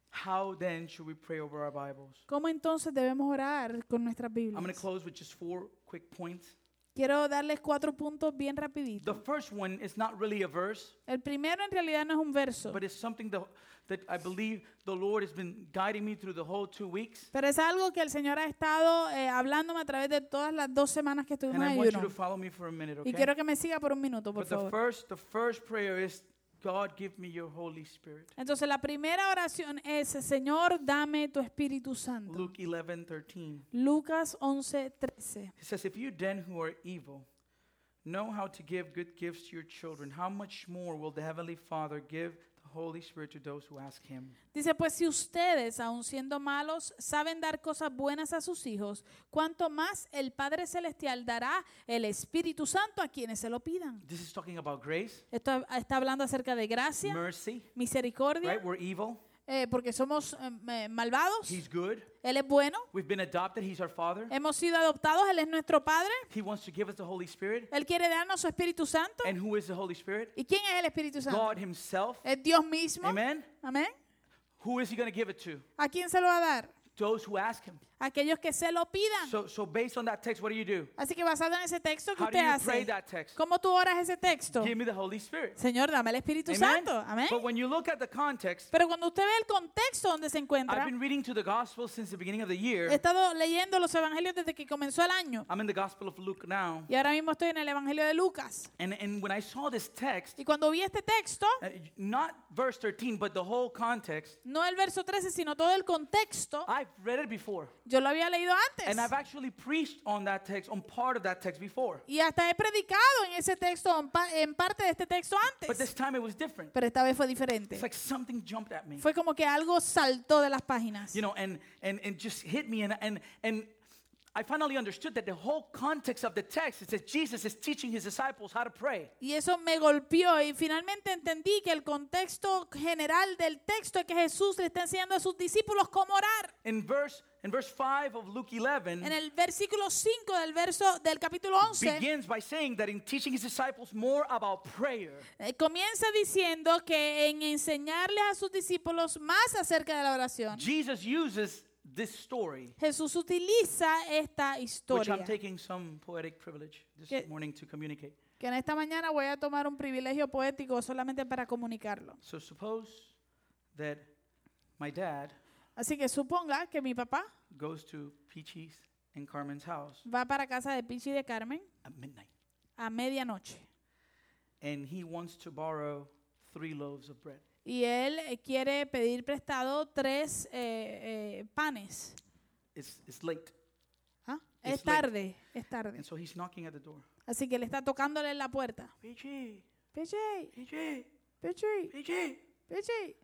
S1: How then should we pray over our Bibles?
S2: ¿Cómo entonces debemos orar con nuestras
S1: I'm going to
S2: Biblias?
S1: close with just four quick points.
S2: Quiero darles cuatro puntos bien rapidito.
S1: The first one is not really a verse,
S2: El primero en realidad no es un verso,
S1: but it's something that, that I believe the Lord has been guiding me through the whole two weeks.
S2: pero es algo que el Señor ha estado eh, hablándome a través de todas las dos semanas que estuvimos
S1: And I
S2: en
S1: want you to
S2: ayuno.
S1: follow me for a minute,
S2: Y
S1: okay?
S2: quiero que me siga por un minuto, por
S1: But the
S2: favor.
S1: first, the first prayer is, God, give me your Holy Spirit.
S2: Entonces la primera oración es, Señor, dame tu Espíritu Santo.
S1: Luke 11, 13.
S2: Lucas 11, 13.
S1: It says, If you then who are evil know how to give good gifts to your children, how much more will the Heavenly Father give the Holy Spirit to those who ask Him?
S2: Dice, pues si ustedes, aun siendo malos, saben dar cosas buenas a sus hijos, cuanto más el Padre Celestial dará el Espíritu Santo a quienes se lo pidan.
S1: This is talking about grace,
S2: Esto está hablando acerca de gracia,
S1: mercy,
S2: misericordia,
S1: right? We're evil.
S2: eh, porque somos em, eh, malvados,
S1: He's good.
S2: Él es bueno,
S1: We've been adopted. He's our Father.
S2: hemos sido adoptados, Él es nuestro Padre,
S1: He wants to give us the Holy Spirit.
S2: Él quiere darnos su Espíritu Santo.
S1: And who is the Holy Spirit?
S2: ¿Y quién es el Espíritu Santo?
S1: God Himself.
S2: Es Dios mismo.
S1: Amen.
S2: Amén.
S1: Who is He going to give it to?
S2: ¿A quién se lo va a dar?
S1: Those who ask Him.
S2: Aquellos que se lo pidan.
S1: So, so based on that text, what do you do?
S2: Así que basado en ese texto que
S1: How do
S2: usted
S1: you pray
S2: hace,
S1: that text?
S2: ¿cómo tú oras ese texto?
S1: Give me the Holy Spirit.
S2: Señor, dame el Espíritu
S1: Amen.
S2: Santo. Amén.
S1: But when you look at the context,
S2: Pero cuando usted ve el contexto donde se
S1: I've
S2: encuentra,
S1: been reading to the gospel since the beginning of the
S2: he
S1: year.
S2: estado leyendo los evangelios desde que comenzó el año.
S1: I'm in the gospel of Luke now.
S2: Y ahora mismo estoy en el evangelio de Lucas.
S1: And, and when I saw this text,
S2: Y cuando vi este texto,
S1: uh, not verse 13, but the whole context,
S2: no el verso 13, sino todo el contexto,
S1: I've read it before.
S2: yo lo había leído
S1: Ah. And I've
S2: antes.
S1: actually preached on that text, on part of that text before.
S2: Y hasta he predicado en ese texto, en pa- en parte de este texto
S1: But this
S2: antes.
S1: time it was different.
S2: Pero esta vez fue
S1: It's
S2: diferente.
S1: like something jumped at me.
S2: Fue como que algo saltó de las páginas.
S1: You know, and and and just hit me and and and I finally understood that the whole context of the text is that Jesus is teaching his disciples how to pray.
S2: Y eso me golpeó y finalmente entendí que el contexto general del texto es que Jesús le está enseñando a sus discípulos cómo orar.
S1: In verse in verse 5 of Luke 11,
S2: En el versículo 5 del verso del capítulo 11
S1: begins by saying that in teaching his disciples more about prayer.
S2: eh, comienza diciendo que en enseñarles a sus discípulos más acerca de la oración,
S1: Jesus uses this story,
S2: Jesús utiliza esta
S1: which I'm
S2: historia
S1: taking some poetic privilege this
S2: Que-
S1: morning to communicate.
S2: que en esta mañana voy a tomar un privilegio poético solamente para comunicarlo.
S1: So suppose that my dad
S2: Así que suponga que mi papá
S1: goes to Peachy's and Carmen's house
S2: va para casa de Pichi y de Carmen
S1: at midnight
S2: a medianoche.
S1: and he wants to borrow three loaves of bread.
S2: Y él eh, quiere pedir prestado tres eh, eh, panes.
S1: It's, it's late.
S2: ¿Ah?
S1: It's
S2: Es tarde, es tarde.
S1: And so he's knocking at the door.
S2: Así que le está tocándole en la puerta.
S1: Peachy,
S2: Pichi,
S1: Peachy,
S2: Pichi,
S1: Peachy.
S2: Pichi.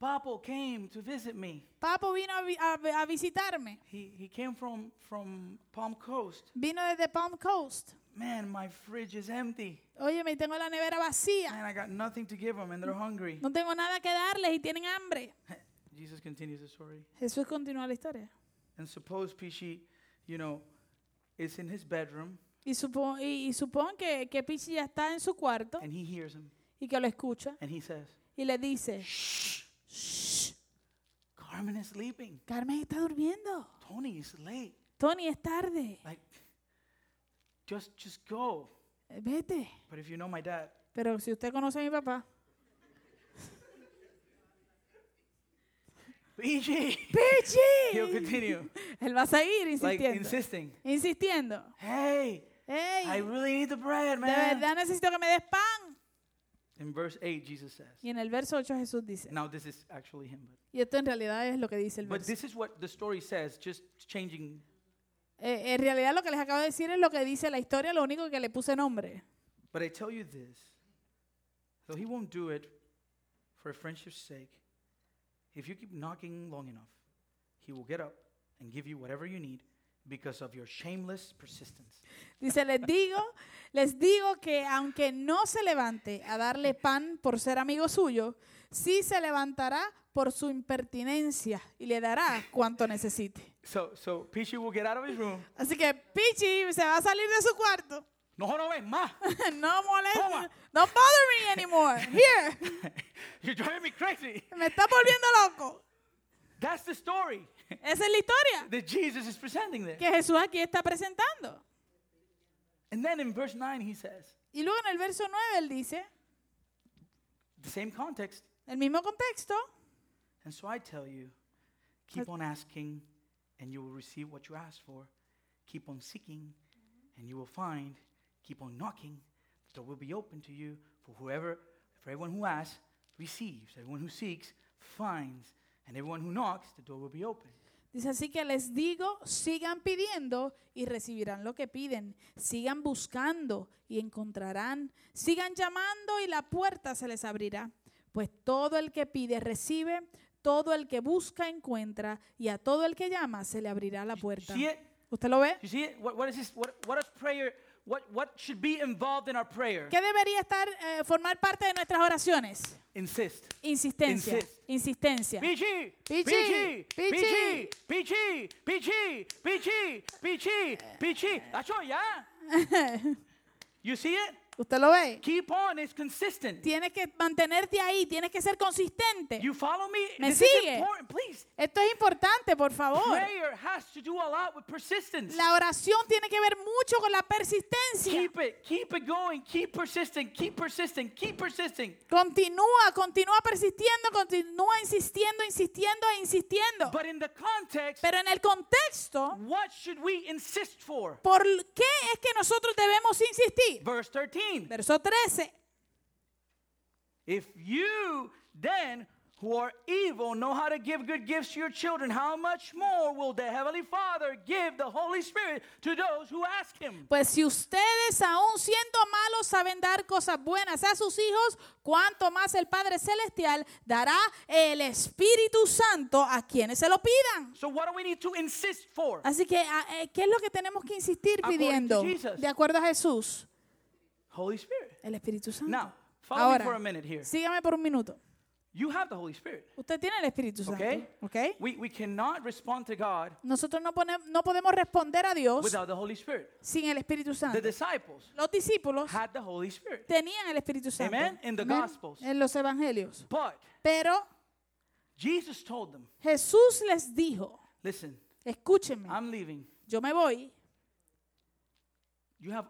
S1: Papo came to visit me.
S2: Papo vino a, vi- a vi- a visitarme.
S1: He, he came from, from Palm Coast.
S2: Vino desde Palm Coast.
S1: Man, my fridge is empty.
S2: Oye, me tengo la nevera vacía.
S1: Man, I got nothing to give them and they're hungry.
S2: No tengo nada que darles y tienen hambre.
S1: Jesus continues the story.
S2: Jesús continúa la historia.
S1: And suppose Pishi, you know, is in his bedroom
S2: Y supón, y, y supón que, que Pichi ya está en su cuarto
S1: and he hears him
S2: y que lo escucha
S1: and he says,
S2: y le dice,
S1: Shh,
S2: "Shh,
S1: Carmen is sleeping.
S2: Carmen está durmiendo.
S1: Tony is late.
S2: Tony, es tarde.
S1: Like, just just go.
S2: Eh, Vete.
S1: But if you know my dad,
S2: Pero si usted conoce a mi papá,
S1: Pishi, he'll
S2: ¡Pichi!
S1: continue.
S2: Él va a seguir
S1: like
S2: insistiendo.
S1: insisting.
S2: Insistiendo.
S1: Hey, I
S2: ¡Ey! De
S1: really need the bread, man.
S2: verdad necesito que me des pan.
S1: In verse 8, Jesus says.
S2: Y en el verso 8 Jesús dice,
S1: Now this is actually him, but
S2: y esto en realidad es lo que dice el
S1: but
S2: verso.
S1: this is what the story says, just changing
S2: Eh, en realidad lo que les acabo de decir es lo que dice la historia, lo único que le puse nombre.
S1: But I tell you this, though he won't do it for a friendship's sake, if you keep knocking long enough, he will get up and give you whatever you need because of your shameless persistence.
S2: Dice, les digo, les digo que aunque no se levante a darle pan por ser amigo suyo, sí se levantará por su impertinencia y le dará cuanto necesite.
S1: So, so Pichu will get out of his room
S2: Así que Pichi se va a salir de su cuarto
S1: No jodes más.
S2: no molest,
S1: Toma.
S2: don't bother me anymore. Here,
S1: You're driving me crazy.
S2: me está volviendo loco.
S1: That's the story
S2: Esa es la historia
S1: that Jesus is presenting there.
S2: que Jesús aquí está presentando.
S1: And then in verse 9, he says,
S2: Y luego en el verso 9 él dice,
S1: the same context.
S2: el mismo contexto,
S1: And so I tell you, keep on asking and you will receive what you ask for. Keep on seeking and you will find. Keep on knocking, the door will be open to you. For whoever, for everyone who asks, receives. Everyone who seeks, finds. And everyone who knocks, the door will be open.
S2: Dice así que les digo, sigan pidiendo y recibirán lo que piden. Sigan buscando y encontrarán. Sigan llamando y la puerta se les abrirá. Pues todo el que pide recibe, todo el que busca encuentra y a todo el que llama se le abrirá la puerta.
S1: See it?
S2: ¿Usted lo ve?
S1: You see it? What, what is this? What, what is prayer? What, what should be involved in our prayer?
S2: ¿Qué debería estar eh, formar parte de nuestras oraciones?
S1: Insist.
S2: Insistencia.
S1: Insist.
S2: Insistencia.
S1: PG,
S2: PG,
S1: PG,
S2: PG.
S1: PG, PG, PG, PG, PG, PG. That's all, yeah. You see it?
S2: ¿Usted lo ve?
S1: Keep on. It's consistent.
S2: Tienes que mantenerte ahí, tienes que ser consistente.
S1: You follow me?
S2: Me
S1: this is
S2: sigue.
S1: important. Please.
S2: Esto es importante, por favor.
S1: Prayer has to do a lot with persistence.
S2: La oración tiene que ver mucho con la persistencia.
S1: Keep it. Keep it going. Keep persisting. Keep persisting. Keep persisting.
S2: Continúa, continúa persistiendo, continúa insistiendo, insistiendo e insistiendo.
S1: But in the context,
S2: Pero en el contexto,
S1: what should we insist for?
S2: ¿por qué es que nosotros debemos insistir?
S1: Verse 13.
S2: Verso 13.
S1: If you then who are evil know how to give good gifts to your children, how much more will the Heavenly Father give the Holy Spirit to those who ask Him?
S2: Pues si ustedes aún siendo malos saben dar cosas buenas a sus hijos, cuanto más el Padre Celestial dará el Espíritu Santo a quienes se lo pidan.
S1: So, what do we need to insist for?
S2: Así que, ah, eh, ¿qué es lo que tenemos que insistir
S1: According
S2: pidiendo?
S1: to Jesus.
S2: De acuerdo a Jesús.
S1: Holy Spirit.
S2: El Espíritu Santo.
S1: Now, follow me for a
S2: Ahora,
S1: minute here.
S2: sígame por un minuto.
S1: You have the Holy Spirit,
S2: Usted tiene el Espíritu Santo,
S1: okay?
S2: ¿ok?
S1: We, we cannot respond to God
S2: Nosotros no, pone- no podemos responder a Dios
S1: without the Holy Spirit.
S2: sin el Espíritu
S1: The
S2: Santo.
S1: disciples
S2: Los discípulos
S1: had the Holy Spirit,
S2: tenían el Espíritu Santo
S1: Amen. In the
S2: Amén.
S1: Gospels.
S2: en los Evangelios.
S1: but
S2: Pero
S1: Jesus told them,
S2: Jesús les dijo,
S1: Listen,
S2: escúchenme,
S1: I'm leaving.
S2: yo me voy,
S1: You have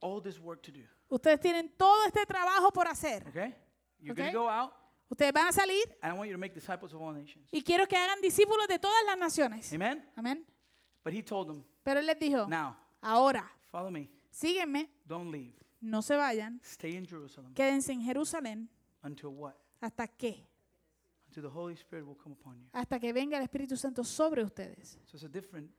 S1: all this work to do,
S2: ustedes tienen todo este trabajo por hacer.
S1: okay? You're
S2: Okay.
S1: going to go out.
S2: Ustedes van a salir
S1: And I want you to make disciples of all nations.
S2: y quiero que hagan discípulos de todas las naciones.
S1: Amen?
S2: Amén.
S1: But he told them,
S2: Pero él les dijo,
S1: now,
S2: ahora,
S1: follow me.
S2: síguenme,
S1: Don't leave.
S2: no se vayan,
S1: Stay in Jerusalem
S2: quédense en Jerusalén.
S1: until what?
S2: ¿Hasta qué?
S1: Until the Holy Spirit will come upon you.
S2: hasta que venga el Espíritu Santo sobre ustedes.
S1: So it's a different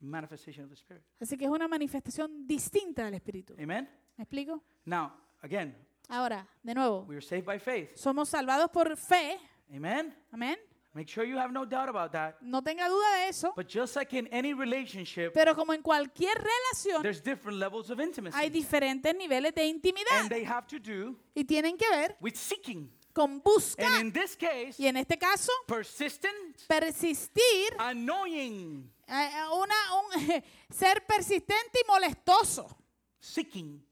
S1: manifestation of the Spirit.
S2: Así que es una manifestación distinta del Espíritu.
S1: Amen?
S2: ¿Me explico?
S1: Now, again,
S2: Ahora, de nuevo,
S1: we are saved by faith.
S2: somos salvados por fe.
S1: Amen?
S2: Amén.
S1: Make sure you have no doubt about that.
S2: No tenga duda de eso.
S1: But just like in any relationship,
S2: Pero como en cualquier relación,
S1: there's different levels of
S2: hay
S1: intimacy.
S2: diferentes niveles de
S1: And
S2: intimidad.
S1: they have to do
S2: Y tienen que ver
S1: with seeking.
S2: con buscar.
S1: And in this case,
S2: Y en este caso,
S1: persistent,
S2: persistir,
S1: annoying,
S2: eh, eh, una, un- ser persistente y molestoso,
S1: seeking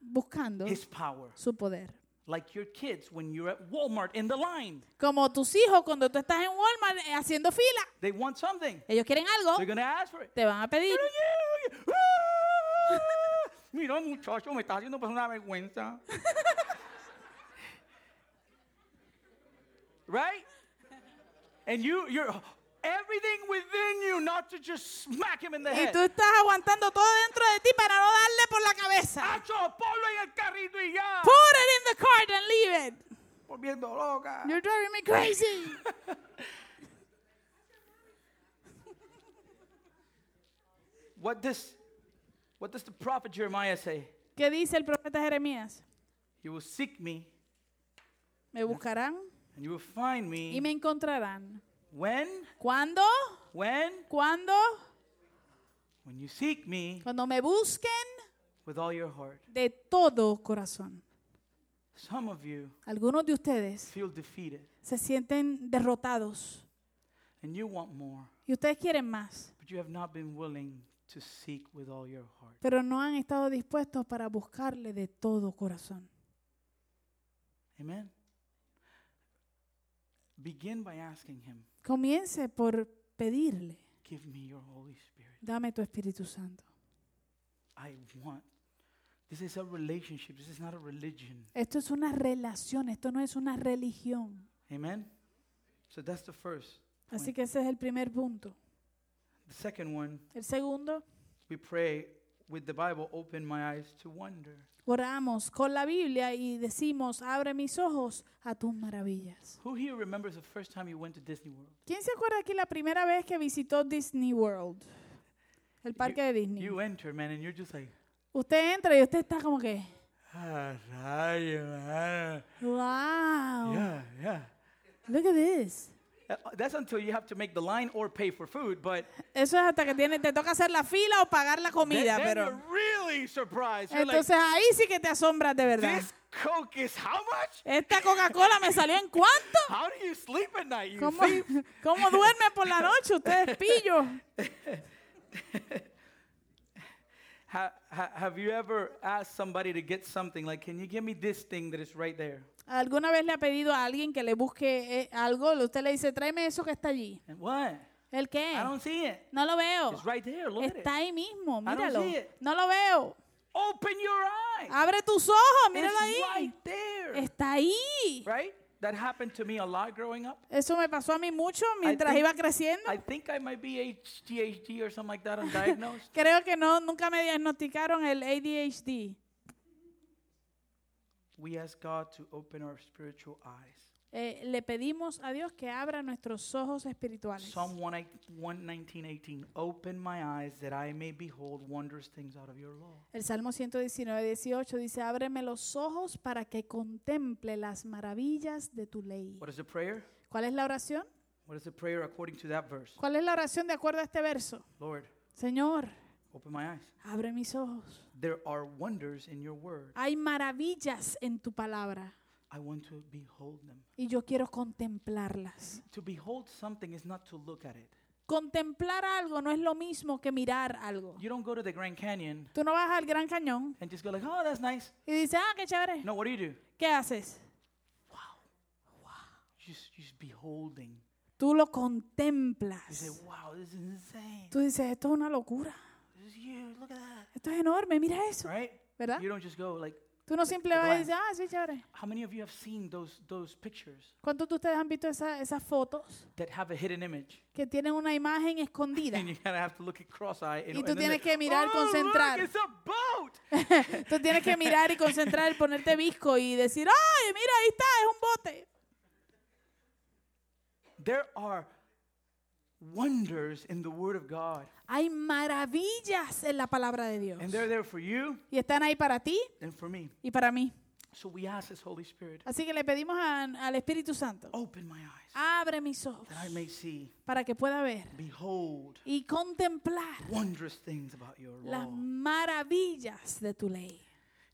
S2: buscando
S1: his power.
S2: su poder.
S1: like your kids when you're at Walmart in the line.
S2: Como tus hijos cuando tú estás en Walmart eh, haciendo fila.
S1: They want something.
S2: Ellos quieren algo,
S1: They're gonna ask for it.
S2: te van a pedir.
S1: Mira, muchacho, me está haciendo pasar una vergüenza. right? And you, you're everything within you not to just smack him in the
S2: Y
S1: head.
S2: tú estás aguantando todo dentro de ti para no darle por la cabeza.
S1: Hacho, ponlo en el carrito y ya.
S2: Put it in the cart and leave it.
S1: Volviendo loca.
S2: You're driving me crazy.
S1: What does, what does the prophet Jeremiah say?
S2: ¿Qué dice el profeta Jeremías?
S1: You will seek me
S2: Me buscarán
S1: and you will find me
S2: y me encontrarán.
S1: when
S2: ¿Cuándo?
S1: When?
S2: ¿Cuándo?
S1: When you seek me
S2: Cuando me busquen
S1: with all your heart.
S2: de todo corazón.
S1: Some of you
S2: Algunos de ustedes
S1: feel defeated
S2: se sienten derrotados
S1: and you want more,
S2: y ustedes quieren más,
S1: but you have not been willing to seek with all your heart.
S2: pero no han estado dispuestos para buscarle de todo corazón.
S1: Amen. Begin by asking Him,
S2: Comience por pedirle,
S1: Give me your Holy Spirit.
S2: dame tu Espíritu Santo.
S1: I want. This is a relationship. This is not a religion.
S2: Esto es una relación, esto no es una religión.
S1: Amen. So that's the first.
S2: Así que ese es el primer punto.
S1: The second one,
S2: El segundo,
S1: we pray with the Bible, open my eyes to wonder.
S2: oramos con la Biblia y decimos, abre mis ojos a tus maravillas.
S1: Who here remembers the first time you went to Disney World?
S2: ¿Quién se acuerda aquí la primera vez que visitó Disney World? El parque de Disney.
S1: You enter, man, and you're just like,
S2: Usted entra y usted está como que,
S1: ah, rayo, man.
S2: wow,
S1: Yeah, yeah.
S2: look at this.
S1: Uh, That's until you have to make the line or pay for food, but
S2: Eso es hasta que tiene, te toca hacer la fila o pagar la
S1: then,
S2: comida,
S1: then
S2: pero...
S1: you're really surprised. You're like,
S2: Entonces ahí sí que te asombras de verdad.
S1: this Coke is how much?
S2: Esta Coca-Cola me salió en cuánto.
S1: How do you sleep at night? You
S2: ¿Cómo,
S1: thief?
S2: cómo duerme por la noche ustedes, pillos?
S1: Ha, ha, have you ever asked somebody to get something like, can you give me this thing that is right there?
S2: ¿Alguna vez le ha pedido a alguien que le busque eh, algo? Usted le dice, tráeme eso que está allí.
S1: And what?
S2: ¿El qué?
S1: I don't see it.
S2: No lo veo.
S1: It's right there. Look at it.
S2: Eh. Está ahí mismo,
S1: don't
S2: míralo.
S1: see it.
S2: No lo veo.
S1: Open your eyes.
S2: Abre tus ojos,
S1: It's
S2: Ah, míralo ahí.
S1: right there.
S2: Está ahí.
S1: Right? That happened to me a lot growing up.
S2: Eso me pasó a mí mucho mientras
S1: think-
S2: iba creciendo.
S1: I think I might be ADHD or something like that, undiagnosed.
S2: Creo que no, nunca me diagnosticaron el ADHD.
S1: we ask God to open our spiritual eyes.
S2: Eh, le pedimos a Dios que abra nuestros ojos espirituales.
S1: Psalm 119, 18. Open my eyes that I may behold wondrous things out of your law.
S2: El Salmo 119, 18 dice, ábreme los ojos para que contemple las maravillas de tu ley.
S1: What is the prayer?
S2: ¿Cuál es la oración?
S1: What is the prayer according to that verse?
S2: ¿Cuál es la oración de acuerdo a este verso?
S1: Lord,
S2: Señor,
S1: open my eyes.
S2: abre mis ojos.
S1: There are wonders in your word.
S2: Hay maravillas en tu palabra
S1: I want to behold them.
S2: y yo quiero contemplarlas.
S1: To behold something is not to look at it.
S2: Contemplar algo no es lo mismo que mirar algo.
S1: You don't go to the Grand Canyon
S2: Tú no vas al Gran Cañón
S1: and just go like, "Oh, that's nice."
S2: y dices, ah, qué chévere.
S1: No, what do you do?
S2: ¿Qué haces?
S1: Just just beholding.
S2: Tú lo
S1: You say,
S2: contemplas.
S1: "Wow, this is insane.
S2: Tú dices, esto es una locura.
S1: This is huge. Look at that."
S2: Esto es enorme, mira eso.
S1: Right?
S2: ¿Verdad?
S1: You don't just go like,
S2: Tú no simplemente
S1: glance.
S2: vas y dices, ah, sí, chévere.
S1: "How many of you have seen those those pictures
S2: ¿Cuántos de ustedes han visto esa- esas fotos
S1: that have a hidden image?"
S2: que tienen una imagen escondida?
S1: And you kind of have to look at cross-eyed. And,
S2: Y
S1: and
S2: tú
S1: then
S2: tienes
S1: like,
S2: que mirar,
S1: "Oh,
S2: concentrar."
S1: Look, it's a boat.
S2: Tú tienes que mirar y concentrar, ponerte visco y decir, ay, mira, ahí está, es un bote.
S1: There are wonders in the Word of God,
S2: Hay maravillas en la palabra de Dios.
S1: and they're there for you
S2: Y están ahí para ti
S1: and for me.
S2: y para mí.
S1: So we ask this Holy Spirit,
S2: Así que le pedimos a- al Espíritu Santo,
S1: open my eyes
S2: abre mis ojos
S1: that I may see,
S2: para que pueda ver
S1: behold,
S2: y contemplar
S1: wondrous things about your law.
S2: las maravillas de tu ley.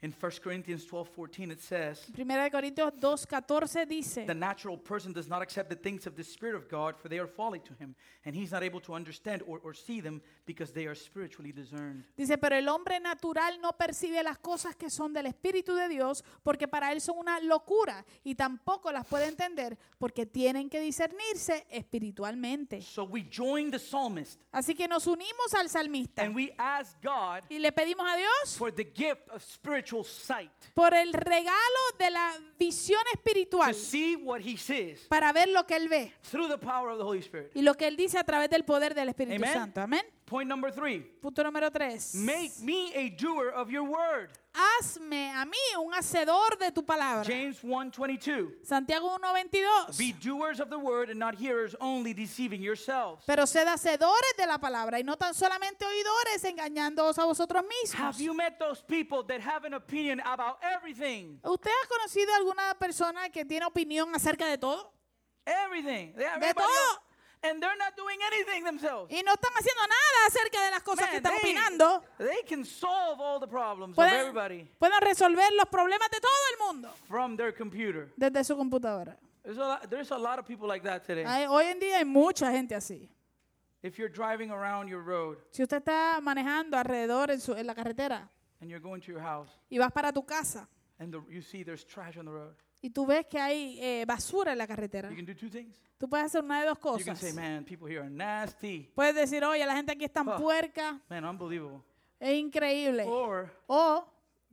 S1: In 1 Corinthians 12 14, it says,
S2: Primera de Corintios 2.14 dice,
S1: The natural person does not accept the things of the Spirit of God, for they are folly to him, and he's not able to understand or, or see them because they are spiritually discerned.
S2: Dice, pero el hombre natural no percibe las cosas que son del Espíritu de Dios porque para él son una locura y tampoco las puede entender porque tienen que discernirse espiritualmente.
S1: So we join the psalmist
S2: Así que nos unimos al salmista
S1: and we ask God
S2: y le pedimos a Dios
S1: for the gift of spiritual sight
S2: por el regalo de la visión
S1: to
S2: espiritual
S1: see what he sees
S2: para ver lo que él ve
S1: through the power of the Holy Spirit.
S2: y lo que él dice a través del poder del Espíritu
S1: Amen.
S2: Santo. Amén.
S1: Point number three
S2: Punto número tres.
S1: make me a doer of your word.
S2: Hazme a mí un hacedor de tu palabra.
S1: James 1:22.
S2: Santiago 1.22.
S1: Be doers of the word and not hearers only deceiving yourselves.
S2: Pero sed hacedores de la palabra y no tan solamente oidores engañándoos a vosotros
S1: Have
S2: mismos.
S1: you met those people that have an opinion about everything?
S2: ¿Usted ha conocido alguna persona que tiene opinión acerca de todo?
S1: Everything. They- everybody
S2: todo.
S1: else- And they're not doing anything themselves.
S2: Y no están haciendo nada acerca de las cosas que
S1: Man,
S2: están
S1: they-
S2: opinando.
S1: they can solve all the problems of
S2: Pueden,
S1: everybody
S2: pueden resolver los problemas de todo el mundo
S1: from their computer.
S2: desde su computadora.
S1: There's a lot, there's a lot of people like that today.
S2: Hay- hoy en día hay mucha gente así.
S1: If you're driving around your road
S2: Si usted está manejando alrededor en, su- en la carretera
S1: and you're going to your house
S2: y vas para tu casa
S1: and the, you see there's trash on the road,
S2: y tú ves que hay eh, basura en la carretera,
S1: you can do two things.
S2: tú puedes hacer una de dos
S1: You can
S2: cosas.
S1: say, man, people here are nasty.
S2: Puedes decir, oye, la gente aquí es tan
S1: Ah.
S2: puerca,
S1: Man, unbelievable.
S2: es increíble.
S1: Or
S2: O,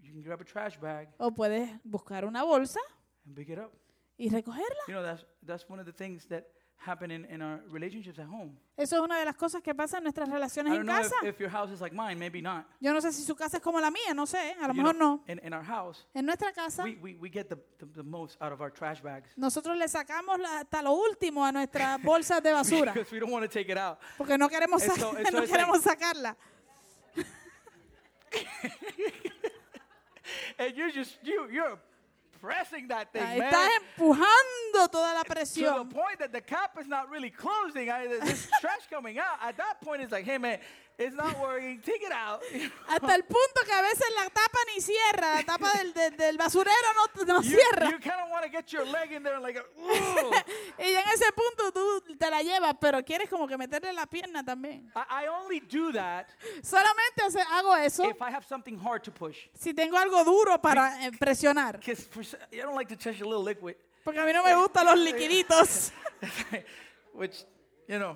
S1: you can grab a trash bag
S2: o puedes buscar una bolsa
S1: and pick it up.
S2: y recogerla.
S1: You know, that's, that's one of the things that happen in, in our relationships at home.
S2: Eso es una de las cosas que pasa en nuestras
S1: I
S2: relaciones
S1: don't
S2: en
S1: know if,
S2: casa.
S1: if your house is like mine, maybe not.
S2: Yo no sé si su casa es como la mía, no sé, a lo
S1: You
S2: mejor
S1: know,
S2: no.
S1: In, in our house,
S2: En nuestra casa
S1: we, we, we get the, the, the most out of our trash bags
S2: nosotros le sacamos la- hasta lo último a nuestras bolsas de basura
S1: because we don't want to take it out.
S2: porque no queremos,
S1: Eso-
S2: sac-
S1: eso
S2: no
S1: es
S2: queremos sacarla.
S1: And you're just, you, you're pressing that thing,
S2: Ah,
S1: man.
S2: Estás empujando toda la
S1: to the
S2: presión.
S1: point that the cap is not really closing. I, there's just trash coming out. At that point, it's like, hey, man, it's not working. Take it out.
S2: Hasta el punto que a veces la tapa ni cierra, la tapa del, del- del basurero no, no
S1: You,
S2: cierra.
S1: you kind of want to get your leg in there and like, ooh.
S2: Y en ese punto tú te la llevas, pero quieres como que meterle la pierna también.
S1: I, I only do that
S2: Solamente hace- hago eso
S1: if I have something hard to push.
S2: si tengo algo duro para eh, presionar.
S1: Because I don't like to touch a little liquid,
S2: Porque a mí no me gustan los liquiditos.
S1: which, you know,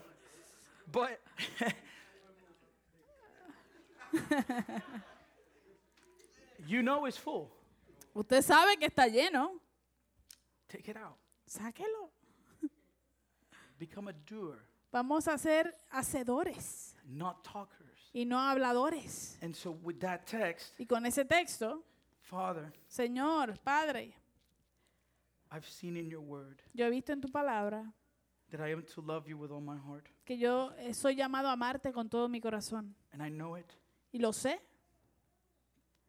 S1: but. you know it's full.
S2: Usted sabe que está lleno.
S1: Take it out.
S2: Sáquelo.
S1: Become a doer,
S2: Vamos a ser hacedores
S1: not talkers.
S2: y no habladores.
S1: And so, with that text,
S2: Y con ese texto,
S1: Father,
S2: Señor, Padre,
S1: I've seen in your word
S2: yo he visto en tu palabra
S1: that I am to love you with all my heart,
S2: que yo eh, soy llamado a amarte con todo mi corazón.
S1: and I know it,
S2: Y lo sé,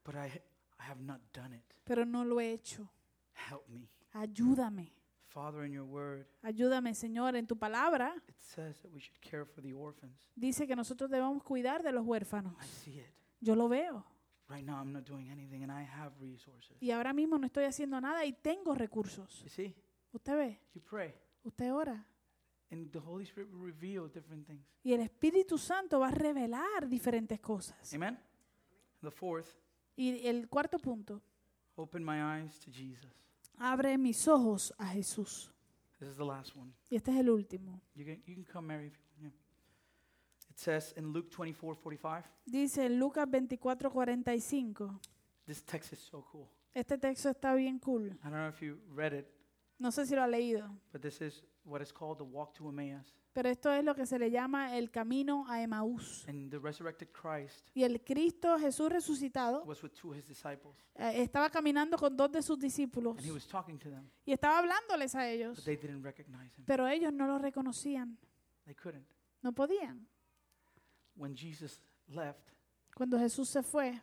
S1: but I, I have not done it.
S2: pero no lo he hecho.
S1: Help me.
S2: Ayúdame.
S1: Father, in your word,
S2: Ayúdame, Señor. En tu palabra
S1: it says that we should care for the orphans.
S2: dice que nosotros debemos cuidar de los huérfanos.
S1: I see it.
S2: Yo lo veo.
S1: Right now, I'm not doing anything, and I have resources.
S2: Y ahora mismo no estoy haciendo nada y tengo recursos.
S1: You see,
S2: Usted ve,
S1: you pray,
S2: usted ora.
S1: and the Holy Spirit will reveal different things.
S2: Y el Espíritu Santo va a revelar diferentes cosas.
S1: Amen? The fourth,
S2: Y el cuarto punto,
S1: open my eyes to Jesus.
S2: abre mis ojos a Jesús.
S1: This is the last one.
S2: Y este es el último.
S1: You can, you can come, Mary, if you want. Yeah. It says in Luke 24 45.
S2: Dice en Lucas 24:45.
S1: This text is so cool.
S2: Este texto está bien cool.
S1: I don't know if you read it,
S2: No sé si lo ha leído,
S1: but this is what is called the walk to Emmaus.
S2: pero esto es lo que se le llama el camino a Emaús.
S1: And the resurrected Christ
S2: Y el Cristo Jesús resucitado
S1: was with two of his disciples,
S2: eh, estaba caminando con dos de sus discípulos
S1: and he was talking to them,
S2: y estaba hablándoles a ellos,
S1: but they didn't recognize him.
S2: pero ellos no lo reconocían,
S1: They couldn't.
S2: no podían.
S1: When Jesus left,
S2: Cuando Jesús se fue,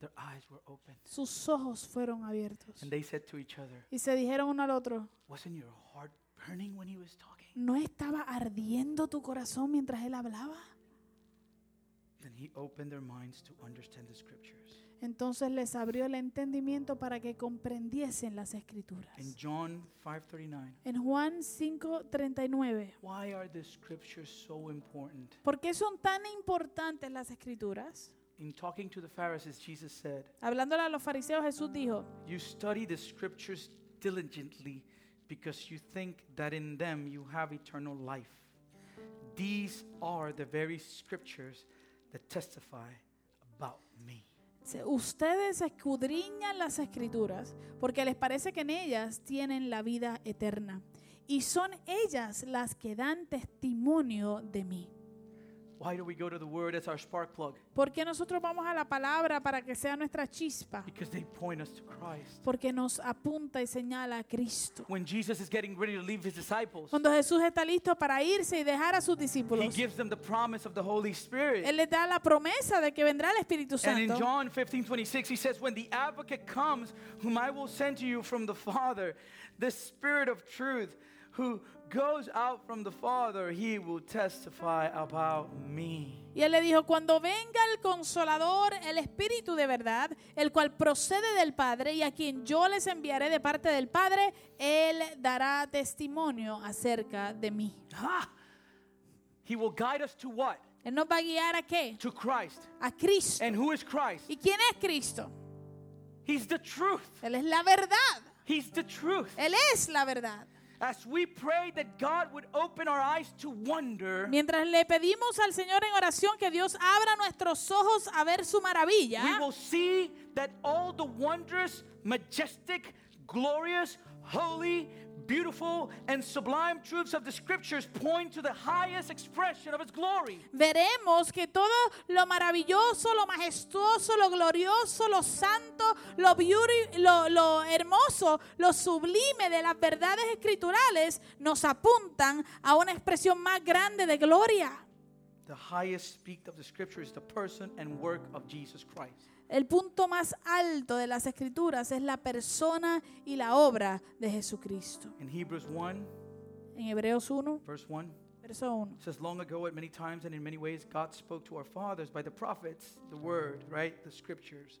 S1: their eyes were open,
S2: sus ojos fueron abiertos.
S1: and they said to each other,
S2: Y se dijeron uno al otro,
S1: Wasn't your heart burning when he was talking?
S2: ¿no estaba ardiendo tu corazón mientras él hablaba?
S1: Then he opened their minds to understand the scriptures.
S2: Entonces les abrió el entendimiento para que comprendiesen las escrituras.
S1: In John 5:39,
S2: En Juan 5:39,
S1: why are the scriptures so important?
S2: ¿por qué son tan importantes las escrituras?
S1: In talking to the Pharisees, Jesus said,
S2: Hablándole a los fariseos, Jesús dijo,
S1: You study the scriptures diligently because you think that in them you have eternal life. These are the very scriptures that testify about me.
S2: "Se- ustedes escudriñan las escrituras porque les parece que en ellas tienen la vida eterna. Y son ellas las que dan testimonio de mí.
S1: Why do we go to the word as our spark plug?
S2: ¿Por qué nosotros vamos a la palabra para que sea nuestra chispa?
S1: Because they point us to Christ.
S2: Porque nos apunta y señala a Cristo.
S1: When Jesus is getting ready to leave his disciples,
S2: Cuando Jesús está listo para irse y dejar a sus
S1: he
S2: discípulos,
S1: gives them the promise of the Holy Spirit.
S2: Él les da la promesa de que vendrá el Espíritu
S1: And in
S2: Santo.
S1: John 15, 26, he says, When the advocate comes, whom I will send to you from the Father, the Spirit of truth, who goes out from the Father, he will testify about me.
S2: Y Él le dijo, cuando venga el consolador, el Espíritu de verdad, el cual procede del Padre y a quien yo les enviaré de parte del Padre, Él dará testimonio acerca de mí.
S1: Ah, He will guide us to what?
S2: Él nos va a guiar a qué?
S1: To Christ.
S2: A Cristo.
S1: And who is Christ?
S2: ¿Y quién es Cristo?
S1: He's the truth.
S2: Él es la verdad.
S1: He's the truth.
S2: Él es la verdad.
S1: As we pray that God would open our eyes to wonder,
S2: Mientras le pedimos al Señor en oración que Dios abra nuestros ojos a ver su maravilla,
S1: we will see that all the wondrous, majestic, glorious, holy, beautiful, and sublime truths of the scriptures point to the highest expression of His glory.
S2: veremos que todo lo maravilloso, lo majestuoso, lo glorioso, lo santo, lo, beauty- lo, lo hermoso, lo sublime de las verdades escriturales nos apuntan a una expresión más grande de gloria.
S1: The highest speak of the scripture is the person and work of Jesus Christ.
S2: El punto más alto de las escrituras es la persona y la obra de Jesucristo.
S1: In Hebrews 1,
S2: En Hebreos 1,
S1: verse 1,
S2: verso 1.
S1: It says long ago at many times and in many ways God spoke to our fathers by the prophets, the word, right? The scriptures.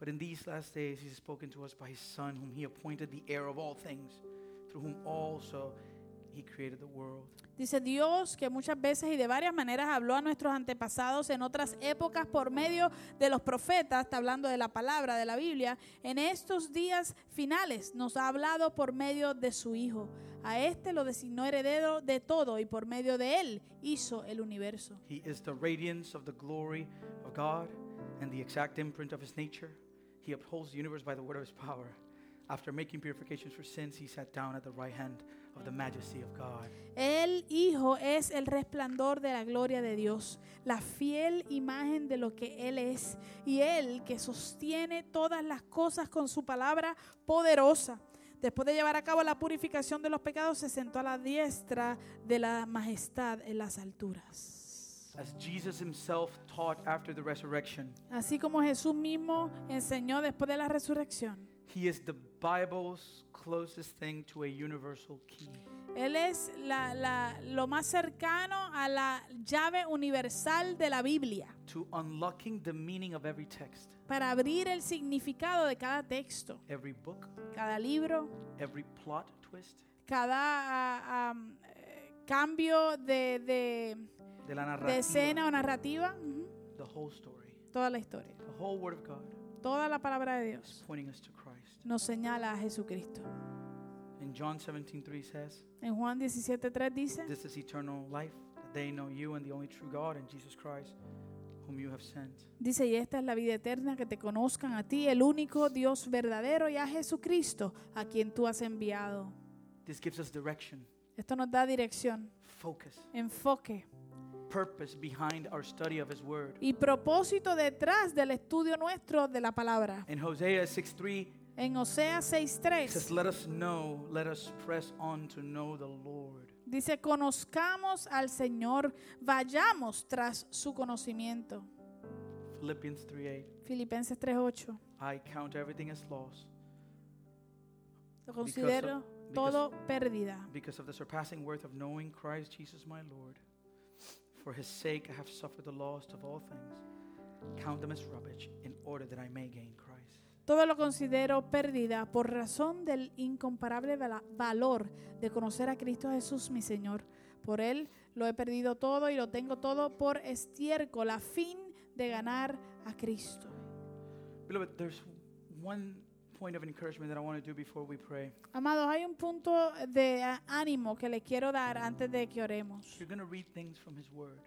S1: But in these last days he has spoken to us by his son whom he appointed the heir of all things, through whom also he created the world.
S2: Dice Dios que muchas veces y de varias maneras habló a nuestros antepasados en otras épocas por medio de los profetas, está hablando de la palabra de la Biblia, en estos días finales nos ha hablado por medio de su Hijo. A este lo designó heredero de todo y por medio de él hizo el universo.
S1: He is the radiance of the glory of God and the exact imprint of his nature. He upholds the universe by the word of his power. After making purifications for sins, he sat down at the right hand of the majesty of God.
S2: El Hijo es el resplandor de la gloria de Dios, la fiel imagen de lo que Él es, y Él que sostiene todas las cosas con su palabra poderosa. Después de llevar a cabo la purificación de los pecados, se sentó a la diestra de la majestad en las alturas.
S1: As Jesus himself taught after the resurrection,
S2: Así como Jesús mismo enseñó después de la resurrección.
S1: He is the Bible's closest thing to a universal key.
S2: Él es la- la- lo más cercano a la llave universal de la Biblia.
S1: To unlocking the meaning of every text,
S2: para abrir el significado de cada texto,
S1: every book,
S2: cada libro,
S1: every plot twist
S2: cada ah, am, eh, cambio de, de-
S1: de la
S2: de escena
S1: narrativa,
S2: o narrativa, ujú,
S1: the whole story,
S2: toda la historia,
S1: the whole Word of God
S2: toda la palabra de
S1: is
S2: Dios
S1: pointing us to Christ.
S2: nos señala a Jesucristo.
S1: And John 17:3 says,
S2: En Juan 17.3 dice,
S1: "This is eternal life, that they know you and the only true God and Jesus Christ, whom you have sent."
S2: dice, y esta es la vida eterna, que te conozcan a ti, el único Dios verdadero, y a Jesucristo, a quien tú has enviado.
S1: This gives us direction,
S2: Esto nos da dirección,
S1: focus,
S2: enfoque
S1: purpose behind our study of His Word.
S2: y propósito detrás del estudio nuestro de la palabra.
S1: In Hosea 6:3,
S2: En Oseas
S1: It says,
S2: 6:3
S1: Let us know, let us press on to know the Lord.
S2: dice, conozcamos al Señor, vayamos tras su conocimiento.
S1: Philippians 3 8.
S2: Filipenses 3:8.
S1: I count everything as loss
S2: Lo considero
S1: because-
S2: todo pérdida,
S1: because of the surpassing worth of knowing Christ Jesus my Lord. For his sake I have suffered the loss of all things. Count them as rubbish in order that I may gain Christ.
S2: todo lo considero pérdida por razón del incomparable vala- valor de conocer a Cristo Jesús mi Señor. Por él lo he perdido todo y lo tengo todo por estiércol a fin de ganar a Cristo.
S1: Beloved, there's one point of encouragement that I want to do before we pray.
S2: Amados, hay un punto de ah, ánimo que le quiero dar antes de que oremos.
S1: You're going to read things from his word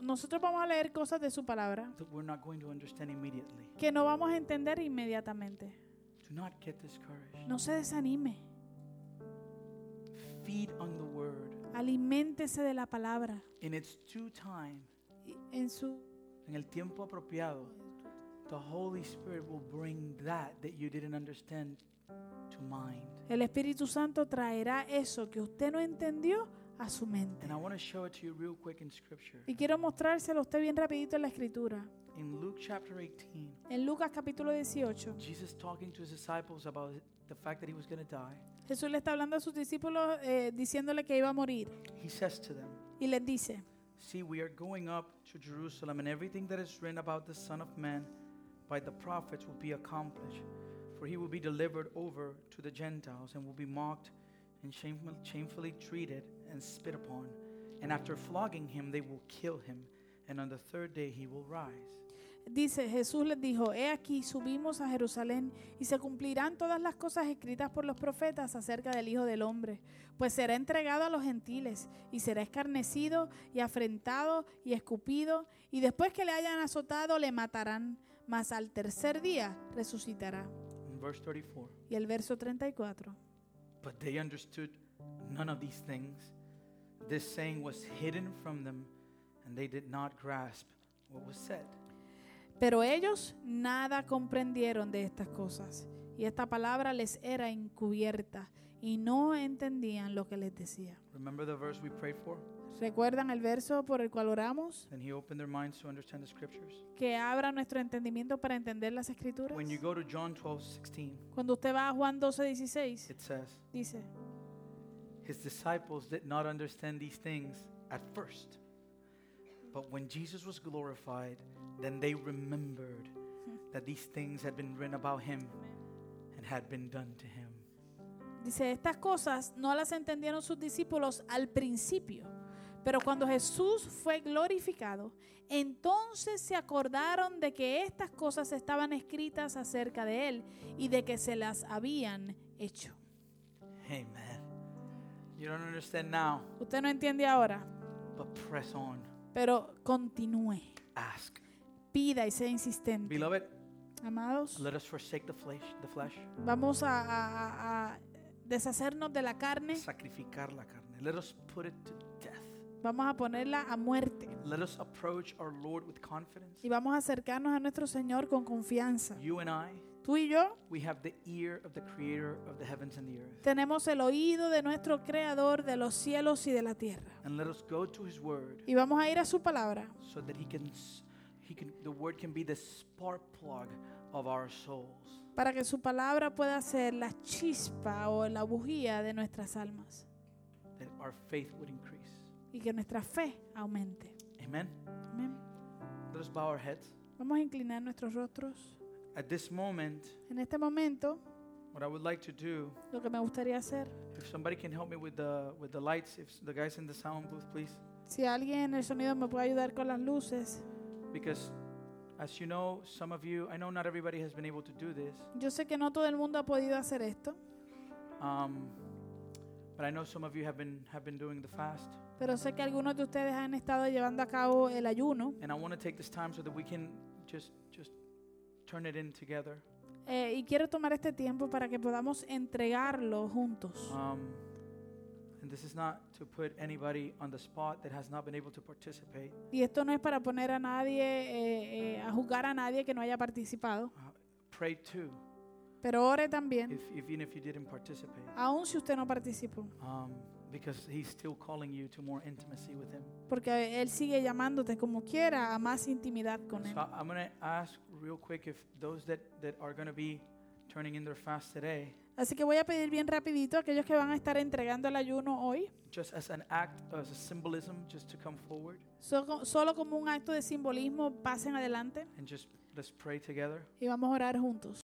S2: Nosotros vamos a leer cosas de su palabra
S1: that we're not going to understand immediately.
S2: que no vamos a entender inmediatamente.
S1: Do not get discouraged.
S2: No se desanime,
S1: Feed on the word
S2: aliméntese de la palabra
S1: in its due time.
S2: y en su
S1: En el tiempo apropiado, the Holy Spirit will bring that that you didn't understand to mind.
S2: el Espíritu Santo traerá eso que usted no entendió a su mente.
S1: And I want to show it to you real quick in scripture.
S2: Y quiero mostrárselo a usted bien rapidito en la escritura.
S1: In Luke chapter 18,
S2: En Lucas capítulo 18,
S1: Jesus talking to his disciples about the fact that he was going to die.
S2: Jesús le está hablando a sus discípulos eh, diciéndole que iba a morir
S1: He says to them,
S2: y les dice,
S1: "See, we are going up to Jerusalem, and everything that is written about the Son of Man by the prophets will be accomplished. For he will be delivered over to the Gentiles and will be mocked and shameful- shamefully treated and spit upon And after flogging him, they will kill him. And on the third day, he will rise.
S2: Dice, Jesús les dijo, he aquí subimos a Jerusalén y se cumplirán todas las cosas escritas por los profetas acerca del Hijo del Hombre, pues será entregado a los gentiles y será escarnecido y afrentado y escupido y después que le hayan azotado le matarán, mas al tercer día resucitará.
S1: In verse 34.
S2: Y el verso 34.
S1: But they understood none of these things. This saying was hidden from them, and they did not grasp what was said.
S2: Pero ellos nada comprendieron de estas cosas, y esta palabra les era encubierta, y no entendían lo que les decía.
S1: Remember the verse we prayed for?
S2: ¿Recuerdan el verso por el cual oramos?
S1: Then he opened their minds to understand the scriptures.
S2: Que abra nuestro entendimiento para entender las escrituras.
S1: When you go to John 12, 16,
S2: Cuando usted va a Juan 12, 16,
S1: it says,
S2: dice,
S1: His disciples did not understand these things at first. But when Jesus was glorified, then they remembered that these things had been written about him and had been done to him.
S2: Dice, estas cosas no las entendieron sus discípulos al principio, pero cuando Jesús fue glorificado, entonces se acordaron de que estas cosas estaban escritas acerca de él y de que se las habían hecho.
S1: Amen. You don't understand now,
S2: Usted no entiende ahora,
S1: but press on.
S2: pero continúe,
S1: Ask.
S2: pida y sea insistente.
S1: Beloved,
S2: Amados,
S1: let us forsake the flesh, the flesh,
S2: vamos a, a- a- a deshacernos de la carne,
S1: sacrificar la carne. Let us put it to death.
S2: vamos a ponerla a muerte
S1: Let us approach our Lord with confidence.
S2: y vamos a acercarnos a nuestro Señor con confianza.
S1: You and I,
S2: Tú y yo
S1: we have the ear of the creator of the heavens and the earth.
S2: tenemos el oído de nuestro Creador de los cielos y de la tierra.
S1: And let us go to his word
S2: Y vamos a ir a su palabra
S1: so that he can s- he can the word can be the spark plug of our souls.
S2: para que su palabra pueda ser la chispa o la bujía de nuestras almas
S1: That our faith would increase.
S2: y que nuestra fe aumente.
S1: Amen.
S2: Amén.
S1: Let us bow our heads.
S2: Vamos a inclinar nuestros rostros.
S1: At this moment,
S2: En este momento,
S1: what I would like to do,
S2: lo que me gustaría hacer,
S1: if somebody can help me with the with the lights, if s- the guys in the sound booth, please.
S2: si alguien en el sonido me puede ayudar con las luces,
S1: Because as you know, some of you, I know not everybody has been able to do this,
S2: yo sé que no todo el mundo ha podido hacer esto,
S1: um, but I know some of you have been have been doing the fast,
S2: pero sé que algunos de ustedes han estado llevando a cabo el ayuno
S1: and I want to take this time so that we can just just turn it in together.
S2: eh, y quiero tomar este tiempo para que podamos entregarlo juntos.
S1: Um, and this is not to put anybody on the spot that has not been able to participate.
S2: Y esto no es para poner a nadie, eh, eh, a juzgar a nadie que no haya participado,
S1: Pray too,
S2: pero ore también,
S1: if, if, even if you didn't participate,
S2: aun si usted no participó,
S1: um, because He's still calling you to more intimacy with Him.
S2: porque Él sigue llamándote como quiera a más intimidad con Él.
S1: So I- I'm going to ask real quick if those that, that are going to be turning in their fast today,
S2: Así que voy a pedir bien rapidito a aquellos que van a estar entregando el ayuno hoy,
S1: just as an act, as a symbolism, just to come forward
S2: solo, solo como un acto de simbolismo, pasen adelante
S1: and just let's pray together.
S2: y vamos a orar juntos.